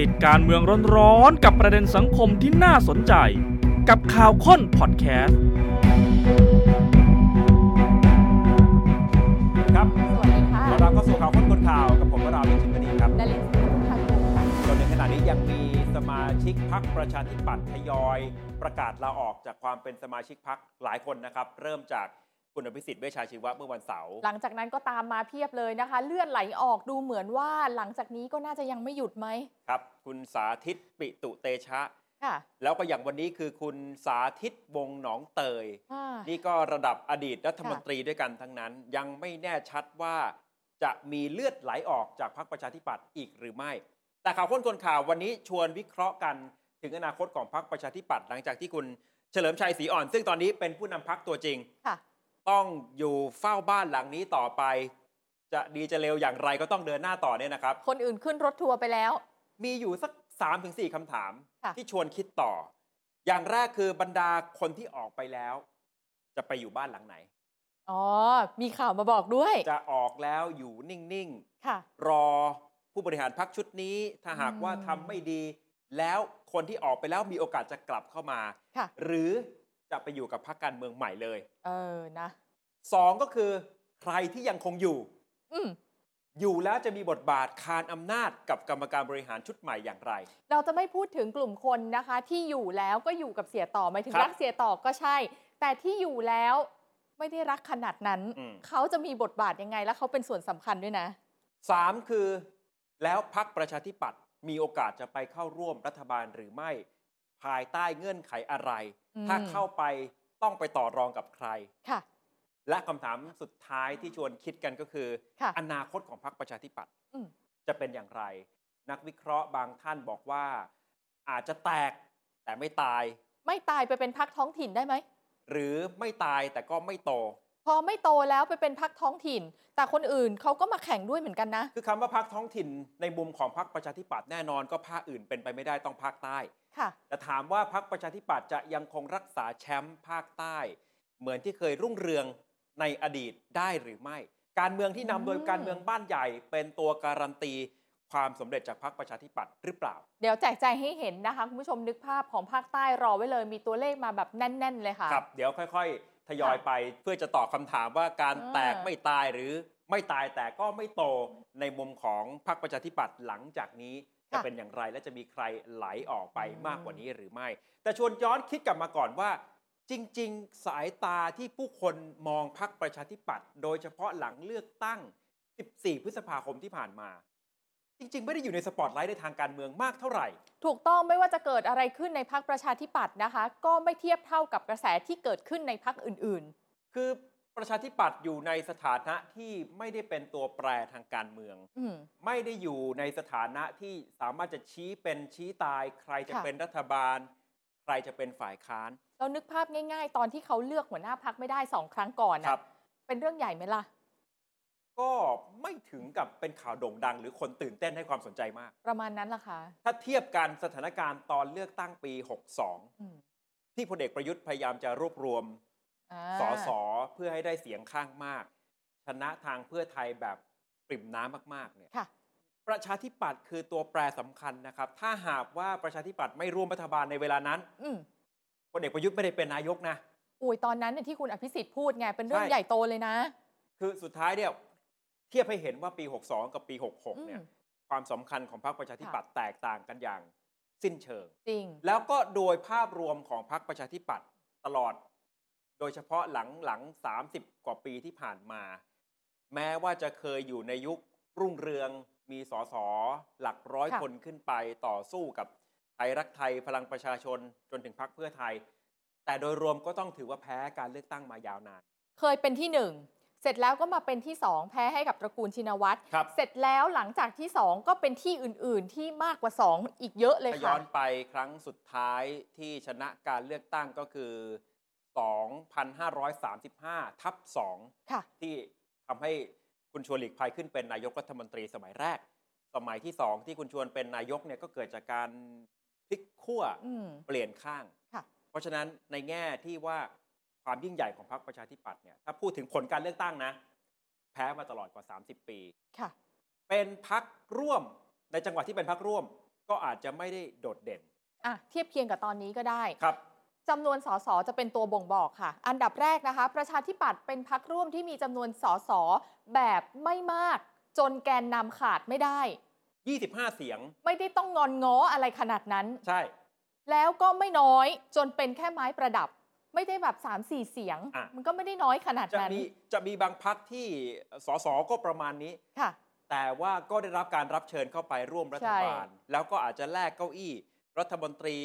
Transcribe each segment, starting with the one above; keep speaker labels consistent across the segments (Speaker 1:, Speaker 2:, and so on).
Speaker 1: ติดการเมืองร้อนๆกับประเด็นสังคมที่น่าสนใจ กับข่าวค้นพอดแคสต์
Speaker 2: ครับ
Speaker 3: สวัสดีค่ะ
Speaker 2: เราดามเข้าสู่ข่าวค้นคนข่าวกับผมวราวิชิตมณีครับ
Speaker 3: ดารินสุขพันธ์
Speaker 2: จนในขณะนี้ยังมีสมาชิกพักประชาธิปัตย์ทยอย ประกาศลาออกจากความเป็นสมาชิกพักหลายคนนะครับ เริ่มจากคุณอภิสิทธิ์เวชชาชีวะเมื่อวันเสาร์
Speaker 3: หลังจากนั้นก็ตามมาเพียบเลยนะคะ เลือดไหลออกดูเหมือนว่าหลังจากนี้ก็น่าจะยังไม่หยุดไหม
Speaker 2: ครับ คุณสาธิตปิตุเตชะ
Speaker 3: ค่ะ
Speaker 2: แล้วก็อย่างวันนี้คือคุณสาธิตวงศ์หนองเตย
Speaker 3: อ่า
Speaker 2: นี่ก็ระดับอดีตรัฐมนตรีด้วยกันทั้งนั้น ยังไม่แน่ชัดว่าจะมีเลือดไหลออกจากพรรคประชาธิปัตย์อีกหรือไม่ แต่ข่าวค้นคนข่าววันนี้ชวนวิเคราะห์กันถึงอนาคตของพรรคประชาธิปัตย์หลังจากที่คุณเฉลิมชัยศรีอ่อน ซึ่งตอนนี้เป็นผู้นำพรรคตัวจริง
Speaker 3: ค่ะ
Speaker 2: ต้องอยู่เฝ้าบ้านหลังนี้ต่อไป จะดีจะเลวอย่างไรก็ต้องเดินหน้าต่อเนี่ยนะครับ
Speaker 3: คนอื่นขึ้นรถทัวร์ไปแล้ว
Speaker 2: มีอยู่สัก3าถึงสคำถาม
Speaker 3: ค่ะ
Speaker 2: ที่ชวนคิดต่อ อย่างแรกคือบรรดาคนที่ออกไปแล้ว จะไปอยู่บ้านหลังไหน
Speaker 3: อ๋อ มีข่าวมาบอกด้วย
Speaker 2: จะออกแล้วอยู่นิ่ง
Speaker 3: ค่ะ
Speaker 2: ๆ รอผู้บริหารพักชุดนี้ ถ้าหากว่า
Speaker 3: อืม
Speaker 2: ทำไม่ดี แล้วคนที่ออกไปแล้วมีโอกาสจะกลับเข้ามา
Speaker 3: ค่ะ
Speaker 2: หรือจะไปอยู่กับพรรคการเมืองใหม่เลย
Speaker 3: เออนะ
Speaker 2: สองก็คือใครที่ยังคงอยู่
Speaker 3: อืม
Speaker 2: อยู่แล้วจะมีบทบาทคานอำนาจกับกรรมการบริหารชุดใหม่อย่างไร
Speaker 3: เราจะไม่พูดถึงกลุ่มคนนะคะ ที่อยู่แล้วก็อยู่กับเสียต่อหมายถึง
Speaker 2: ครับ
Speaker 3: รักเสียต่อก็ใช่ แต่ที่อยู่แล้วไม่ได้รักขนาดนั้น
Speaker 2: อืม
Speaker 3: เขาจะมีบทบาทยังไงและเขาเป็นส่วนสำคัญด้วยนะ
Speaker 2: สามคือ แล้วพักประชาธิปัตย์มีโอกาสจะไปเข้าร่วมรัฐบาลหรือไม่ ภายใต้เงื่อนไขอะไร
Speaker 3: อืม
Speaker 2: ถ้าเข้าไปต้องไปต่อรองกับใคร
Speaker 3: ค่ะ
Speaker 2: และคำถามสุดท้ายที่ชวนคิดกันก็คือ
Speaker 3: ค่ะ
Speaker 2: อนาคตของพรรคประชาธิปัตย์
Speaker 3: อืม
Speaker 2: จะเป็นอย่างไร นักวิเคราะห์บางท่านบอกว่า อาจจะแตกแต่ไม่ตาย
Speaker 3: ไม่ตายไปเป็นพักท้องถิ่นได้ไหม
Speaker 2: หรือไม่ตายแต่ก็ไม่โต
Speaker 3: พอไม่โตแล้วไปเป็นพักท้องถิ่น แต่คนอื่นเขาก็มาแข่งด้วยเหมือนกันนะ
Speaker 2: คือคำว่าพรรคท้องถิ่นในมุมของพรรคประชาธิปัตย์แน่นอนก็ภาคอื่นเป็นไปไม่ได้ต้องภาคใต้
Speaker 3: ค่ะ
Speaker 2: แต่ถามว่าพรรคประชาธิปัตย์จะยังคงรักษาแชมป์ภาคใต้ เหมือนที่เคยรุ่งเรืองในอดีตได้หรือไม่ การเมืองที่นำโดย
Speaker 3: อืม
Speaker 2: การเมืองบ้านใหญ่เป็นตัวการันตี ความสำเร็จจากพรรคประชาธิปัตย์หรือเปล่า
Speaker 3: เดี๋ยวแจกแจงให้เห็นนะคะ คุณผู้ชมนึกภาพของภาคใต้รอไว้เลย มีตัวเลขมาแบบแน่น ๆ เลยค่ะ
Speaker 2: ครับ เดี๋ยวค่อยๆ ทยอยไปเพื่อจะตอบคำถามว่าการ
Speaker 3: อ่า
Speaker 2: แตกไม่ตายหรือไม่ตายแต่ก็ไม่โตในมุมของพรรคประชาธิปัตย์หลังจากนี้จะเป็นอย่างไรและจะมีใครไหลออกไปมากกว่านี้หรือไม่ แต่ชวนย้อนคิดกลับมาก่อนว่า จริง ๆ สายตาที่ผู้คนมองพรรคประชาธิปัตย์โดยเฉพาะหลังเลือกตั้ง 14 พฤษภาคมที่ผ่านมา จริง ๆ ไม่ได้อยู่ในสปอตไลท์ในทางการเมืองมากเท่าไหร่
Speaker 3: ถูกต้องไม่ว่าจะเกิดอะไรขึ้นในพักประชาธิปัตย์นะคะ ก็ไม่เทียบเท่ากับกระแสที่เกิดขึ้นในพักอื่น
Speaker 2: คือประชาธิปัตย์อยู่ในสถานะที่ไม่ได้เป็นตัวแปรทางการเมือง
Speaker 3: ๆ อืม
Speaker 2: ไม่ได้อยู่ในสถานะที่สามารถจะชี้เป็นชี้ตาย ใครจะ
Speaker 3: ค่ะ
Speaker 2: เป็นรัฐบาล ใครจะเป็นฝ่ายค้าน
Speaker 3: เรานึกภาพง่าย ๆ ตอนที่เขาเลือกหัวหน้าพักไม่ได้สองครั้งก่อน
Speaker 2: ค
Speaker 3: นะ
Speaker 2: รับ
Speaker 3: เป็นเรื่องใหญ่ไหมล่ะ
Speaker 2: ก็ไม่ถึงกับเป็นข่าวโด่งดัง หรือคนตื่นเต้นให้ความสนใจมาก
Speaker 3: ประมาณนั้นล่ะค่ะ
Speaker 2: ถ้าเทียบกันสถานการณ์ตอนเลือกตั้งปี
Speaker 3: อืม
Speaker 2: 62 ที่พลเอกประยุทธ์พยายามจะรวบรวม
Speaker 3: อ่า
Speaker 2: สอสอเพื่อให้ได้เสียงข้างมาก ชนะทางเพื่อไทยแบบปริ่มน้ำมากๆเนี่ย
Speaker 3: ค่ะ
Speaker 2: ประชาธิปัตย์คือตัวแปรสำคัญนะครับ ถ้าหากว่าประชาธิปัตย์ไม่ร่วมรัฐบาลในเวลานั้น
Speaker 3: อืม
Speaker 2: พลเอกประยุทธ์ไม่ได้เป็นนายกนะ
Speaker 3: อุ้ยตอนนั้นเนี่ยที่คุณอภิสิทธิ์พูดไงเป็นเรื่อง
Speaker 2: ใช่
Speaker 3: ใหญ่โตเลยนะ
Speaker 2: คือสุดท้ายเนี่ยเทียบให้เห็นว่าปี 62 กับปี
Speaker 3: อื
Speaker 2: 66 เนี่ย
Speaker 3: ม
Speaker 2: ความสำคัญของพรรคประชาธิปัตย์แตกต่างกันอย่างสิ้นเชิง
Speaker 3: จริง
Speaker 2: แล้วก็โดยภาพรวมของพรรคประชาธิปัตย์ตลอด โดยเฉพาะหลังหลัง 30 กว่าปีที่ผ่านมา แม้ว่าจะเคยอยู่ในยุครุ่งเรืองมีสสหลักร้อย
Speaker 3: ค่ะ
Speaker 2: คนขึ้นไปต่อสู้กับไทยรักไทยพลังประชาชนจนถึงพรรคเพื่อไทย แต่โดยรวมก็ต้องถือว่าแพ้การเลือกตั้งมายาวนาน
Speaker 3: เคยเป็นที่หนึ่ง เสร็จแล้วก็มาเป็นที่สองแพ้ให้กับตระกูลชินวัตร
Speaker 2: ครับ
Speaker 3: เสร็จแล้วหลังจากที่สองก็เป็นที่อื่น ๆ ที่มากกว่าสองอีกเยอะเลย
Speaker 2: ถ้าย้
Speaker 3: ค่ะ
Speaker 2: อนไปครั้งสุดท้ายที่ชนะการเลือกตั้งก็คือ 2,535 ทับ2
Speaker 3: ค่ะ
Speaker 2: ที่ทำให้คุณชวนหลีกภัยขึ้นเป็นนายกรัฐมนตรีสมัยแรก สมัยที่สองที่คุณชวนเป็นนายกเนี่ยก็เกิดจากการพลิกขั้ว
Speaker 3: อืม
Speaker 2: เปลี่ยนข้าง
Speaker 3: ค่ะ
Speaker 2: เพราะฉะนั้นในแง่ที่ว่าความยิ่งใหญ่ของพรรคประชาธิปัตย์เนี่ยถ้าพูดถึงผลการเลือกตั้งนะ แพ้มาตลอดกว่า 30 ปี
Speaker 3: ค่ะ
Speaker 2: เป็นพักร่วมในจังหวัดที่เป็นพักร่วม ก็อาจจะไม่ได้โดดเด่น
Speaker 3: อ่ะเทียบเคียงกับตอนนี้ก็ได้
Speaker 2: ครับ
Speaker 3: จำนวนสสจะเป็นตัวบ่งบอกค่ะ อันดับแรกนะคะ ประชาธิปัตย์เป็นพักร่วมที่มีจำนวนสสแบบไม่มาก จนแกนนำขาดไม่ได้
Speaker 2: 25 เสียง
Speaker 3: ไม่ได้ต้องงอนง้ออะไรขนาดนั้น
Speaker 2: ใช่
Speaker 3: แล้วก็ไม่น้อยจนเป็นแค่ไม้ประดับ ไม่ได้แบบ 3 4 เสียง
Speaker 2: อ่ะ
Speaker 3: มันก็ไม่ได้น้อยขนาด
Speaker 2: จะ
Speaker 3: นั้น
Speaker 2: มีจะมีบางพักที่สสก็ประมาณนี้
Speaker 3: ค่ะ
Speaker 2: แต่ว่าก็ได้รับการรับเชิญเข้าไปร่วมรัฐบาล แล้วก็อาจจะแลกเก้าอี้รัฐมนตรี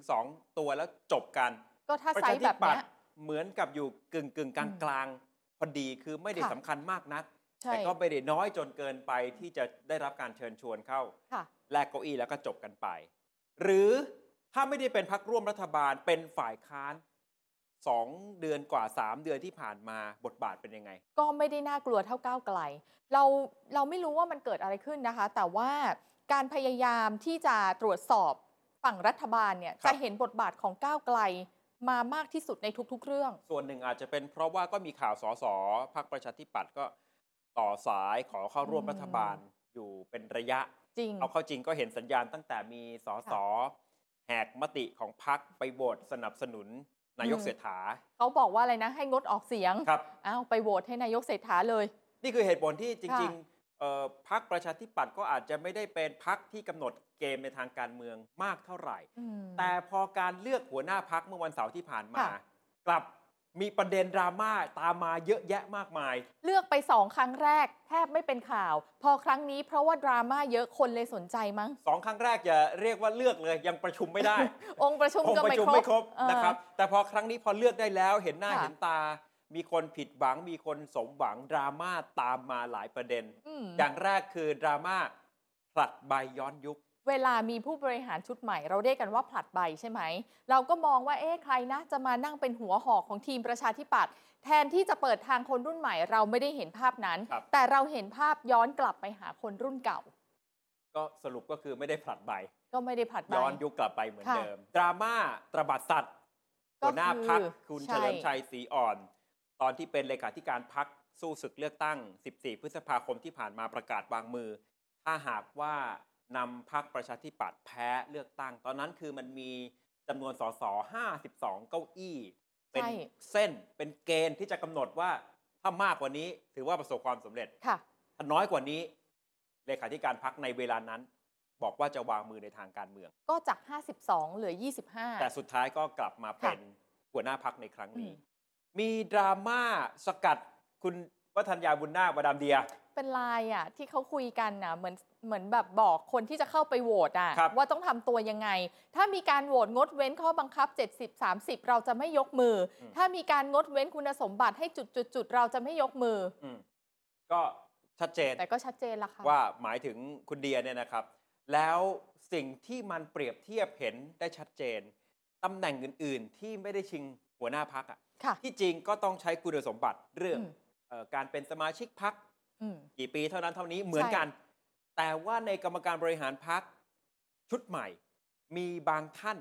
Speaker 2: 1-2 ตัวแล้วจบกัน
Speaker 3: ก็ถ้า
Speaker 2: ประ
Speaker 3: ไซ
Speaker 2: ชา
Speaker 3: ส์
Speaker 2: ธิ
Speaker 3: แบบ
Speaker 2: ปัต
Speaker 3: เนี้ย
Speaker 2: ย์เหมือนกับอยู่กึ่งกึ่งกลางกลางๆพอดีคือไม่ได้
Speaker 3: ค่ะ
Speaker 2: สำคัญมากนัก
Speaker 3: ใช่
Speaker 2: แต่ก็ไม่ได้น้อยจนเกินไปที่จะได้รับการเชิญชวนเข้า
Speaker 3: ค่ะ
Speaker 2: แลกเก้าอี้แล้วก็จบกันไป หรือถ้าไม่ได้เป็นพักร่วมรัฐบาลเป็นฝ่ายค้านสองเดือนกว่าสามเดือนที่ผ่านมาบทบาทเป็นยังไง
Speaker 3: ก็ไม่ได้น่ากลัวเท่าก้าวไกล เราเราไม่รู้ว่ามันเกิดอะไรขึ้นนะคะ แต่ว่าการพยายามที่จะตรวจสอบฝั่งรัฐบาลเนี่ย
Speaker 2: ครับ
Speaker 3: จะเห็นบทบาทของก้าวไกลมามากที่สุดในทุกๆ เรื่อง
Speaker 2: ส่วนหนึ่งอาจจะเป็นเพราะว่าก็มีข่าวสอสอพักประชาธิปัตย์ก็ต่อสายขอเข้าร่วม
Speaker 3: อืม
Speaker 2: รัฐบาลอยู่เป็นระยะ
Speaker 3: จริง
Speaker 2: เอาเข้าจริงก็เห็นสัญญาณตั้งแต่มีสสแหกมติของพักไปโหวตสนับสนุนนายก
Speaker 3: อืม
Speaker 2: เศรษฐา
Speaker 3: เขาบอกว่าอะไรนะ ให้งดออกเสียง
Speaker 2: ครับ
Speaker 3: อ้าวไปโหวตให้นายกเศรษฐาเลย
Speaker 2: นี่คือเหตุผลที่จริง
Speaker 3: ค่ะ
Speaker 2: ๆเอ่อพักประชาธิปัตย์ก็อาจจะไม่ได้เป็นพักที่กำหนดเกมในทางการเมืองมากเท่าไหร่
Speaker 3: อืม
Speaker 2: แต่พอการเลือกหัวหน้าพักเมื่อวันเสาร์ที่ผ่านมา
Speaker 3: ค่ะ
Speaker 2: กลับมีประเด็นดราม่าตามมาเยอะแยะมากมาย
Speaker 3: เลือกไปสองครั้งแรก แทบไม่เป็นข่าว พอครั้งนี้เพราะว่าดราม่าเยอะคนเลยสนใจมั้ง
Speaker 2: สองครั้งแรกจะเรียกว่าเลือกเลยยังประชุมไม่ได้
Speaker 3: องค์ประชุม
Speaker 2: อง
Speaker 3: ก็
Speaker 2: ค์ป
Speaker 3: ไม่
Speaker 2: ระชุม
Speaker 3: ครบ
Speaker 2: ไม่ครบ
Speaker 3: เออ
Speaker 2: นะครับ แต่พอครั้งนี้พอเลือกได้แล้วเห็นหน้า
Speaker 3: ค่ะ
Speaker 2: เห็นตา มีคนผิดหวัง มีคนสมหวังดราม่าตามมาหลายประเด็น
Speaker 3: ม
Speaker 2: อย่างแรกคือดราม่าผลัดใบย้อนยุค
Speaker 3: เวลามีผู้บริหารชุดใหม่ เราเรียกกันว่าผลัดใบใช่ไหม เราก็มองว่าเอ๊ะใครนะ จะมานั่งเป็นหัวหอกของทีมประชาธิปัตย์แทนที่จะเปิดทางคนรุ่นใหม่ เราไม่ได้เห็นภาพนั้น
Speaker 2: ครับ
Speaker 3: แต่เราเห็นภาพย้อนกลับไปหาคนรุ่นเก่า
Speaker 2: ก็สรุปก็คือไม่ได้ผลัดใบ
Speaker 3: ก็ไม่ได้ผลัดใบ
Speaker 2: ย้อนยุคกลับไปเหมือน
Speaker 3: ค่ะ
Speaker 2: เดิม ดราม่าตระบัดสัตว์
Speaker 3: ก็
Speaker 2: หัวหน้าพัก
Speaker 3: คือ
Speaker 2: คุณ
Speaker 3: ใช่
Speaker 2: เฉลิมชัยศรีอ่อน ตอนที่เป็นเลขาธิการพักสู้ศึกเลือกตั้ง 14 พฤษภาคมที่ผ่านมาประกาศวางมือ ถ้าหากว่านำพักประชาธิปัตย์แพ้เลือกตั้ง ตอนนั้นคือมันมีจำนวนสส52 เก้าอี้ เป็นเส้นเป็นเกณฑ์ที่จะกำหนดว่าถ้ามากกว่านี้ถือว่าประสบความสำเร็จ
Speaker 3: ค่ะ
Speaker 2: ถ้าน้อยกว่านี้ เลขาธิการพักในเวลานั้น บอกว่าจะวางมือในทางการเมือง
Speaker 3: ก็จาก 52 เหลือ
Speaker 2: แต่
Speaker 3: 25
Speaker 2: สุดท้ายก็กลับมาเป็นหัวหน้าพักในครั้งนี้
Speaker 3: อืม
Speaker 2: มีดราม่าสกัดคุณวัฒนยาบุญนาคมาดามเดีย
Speaker 3: เป็นลายอ่ะที่เขาคุยกันนะเหมือนเหมือนแบบบอกคนที่จะเข้าไปโหวตอ่ะ
Speaker 2: ครับ
Speaker 3: ว่าต้องทำตัวยังไง ถ้ามีการโหวตงดเว้นข้อบังคับ 70 30 เราจะไม่ยกมืออถ้ามีการงดเว้นคุณสมบัติให้จุดจุดจุดๆๆเราจะไม่ยกมือ
Speaker 2: อืมก็ชัดเจน
Speaker 3: แต่ก็ชัดเจนละค่ะ
Speaker 2: ว่าหมายถึงคุณเดียเนี่ยนะครับ แล้วสิ่งที่มันเปรียบเทียบเห็นได้ชัดเจนตำแหน่งอื่น ๆ ที่ไม่ได้ชิงหัวหน้าพักอ่ะ
Speaker 3: ค่ะ
Speaker 2: ที่จริงก็ต้องใช้คุณสมบัติเรื่อง
Speaker 3: อืม
Speaker 2: เออการเป็นสมาชิกพัก
Speaker 3: อืม
Speaker 2: กี่ปีเท่านั้นเท่านี้เหมือนกัน แต่ว่าในกรรมการบริหารพักชุดใหม่ มีบางท่าน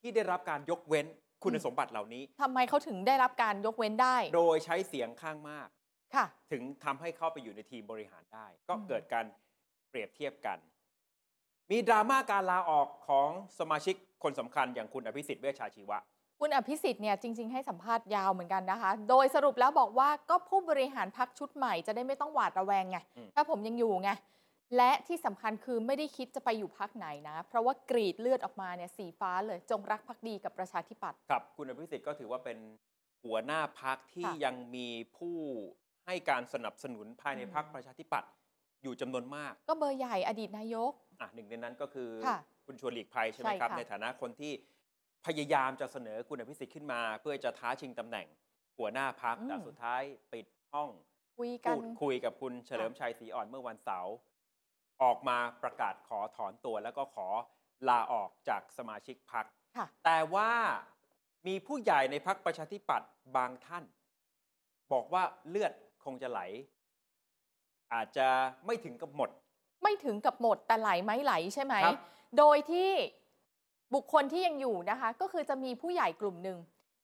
Speaker 2: ที่ได้รับการยกเว้นคุณ
Speaker 3: อืม
Speaker 2: สมบัติเหล่านี้
Speaker 3: ทำไมเขาถึงได้รับการยกเว้นได้
Speaker 2: โดยใช้เสียงข้างมาก
Speaker 3: ค่ะ
Speaker 2: ถึงทำให้เข้าไปอยู่ในทีมบริหารได้ ก็
Speaker 3: อืม
Speaker 2: เกิดการเปรียบเทียบกัน มีดราม่าการลาออกของสมาชิกคนสำคัญอย่างคุณอภิสิทธิ์เวชชาชีวะ
Speaker 3: คุณอภิสิทธิ์เนี่ยจริง ๆ ให้สัมภาษณ์ยาวเหมือนกันนะคะ โดยสรุปแล้วบอกว่าก็ผู้บริหารพักชุดใหม่จะได้ไม่ต้องหวาดระแวงไง
Speaker 2: อืม
Speaker 3: ถ้าผมยังอยู่ไง และที่สำคัญคือไม่ได้คิดจะไปอยู่พักไหนนะ เพราะว่ากรีดเลือดออกมาเนี่ยสีฟ้าเลยจงรักพักดีกับประชาธิปัตย์
Speaker 2: ครับคุณอภิสิทธิ์ก็ถือว่าเป็นหัวหน้าพักที่
Speaker 3: ค่ะ
Speaker 2: ยังมีผู้ให้การสนับสนุนภายใน
Speaker 3: อืม
Speaker 2: พักประชาธิปัตย์อยู่จำนวนมาก
Speaker 3: ก็เบอร์ใหญ่อดีตนายก
Speaker 2: อ่ะหนึ่งในนั้นก็คือ
Speaker 3: ค่ะ
Speaker 2: คุณชวนหลีกภัยใช่ไหม
Speaker 3: ใช่
Speaker 2: ครับ
Speaker 3: ค่ะ
Speaker 2: ในฐานะคนที่พยายามจะเสนอคุณอภิสิทธิ์ขึ้นมา เพื่อจะท้าชิงตำแหน่ง หัวหน้าพักแต่สุดท้ายปิดห้อง
Speaker 3: คุยกั
Speaker 2: พู
Speaker 3: น
Speaker 2: ดคุยกับคุณเฉลิมชัยศรีอ่อนเมื่อวันเสาร์ออกมาประกาศขอถอนตัว แล้วก็ขอลาออกจากสมาชิกพัก
Speaker 3: ค่ะ
Speaker 2: แต่ว่ามีผู้ใหญ่ในพักประชาธิปัตย์บางท่าน บอกว่าเลือดคงจะไหล อาจจะไม่ถึงกับหมด
Speaker 3: ไม่ถึงกับหมดแต่ไหลไหมไหลใช่ไหม
Speaker 2: ครับ
Speaker 3: โดยที่บุคคลที่ยังอยู่นะคะ ก็คือจะมีผู้ใหญ่กลุ่มหนึ่ง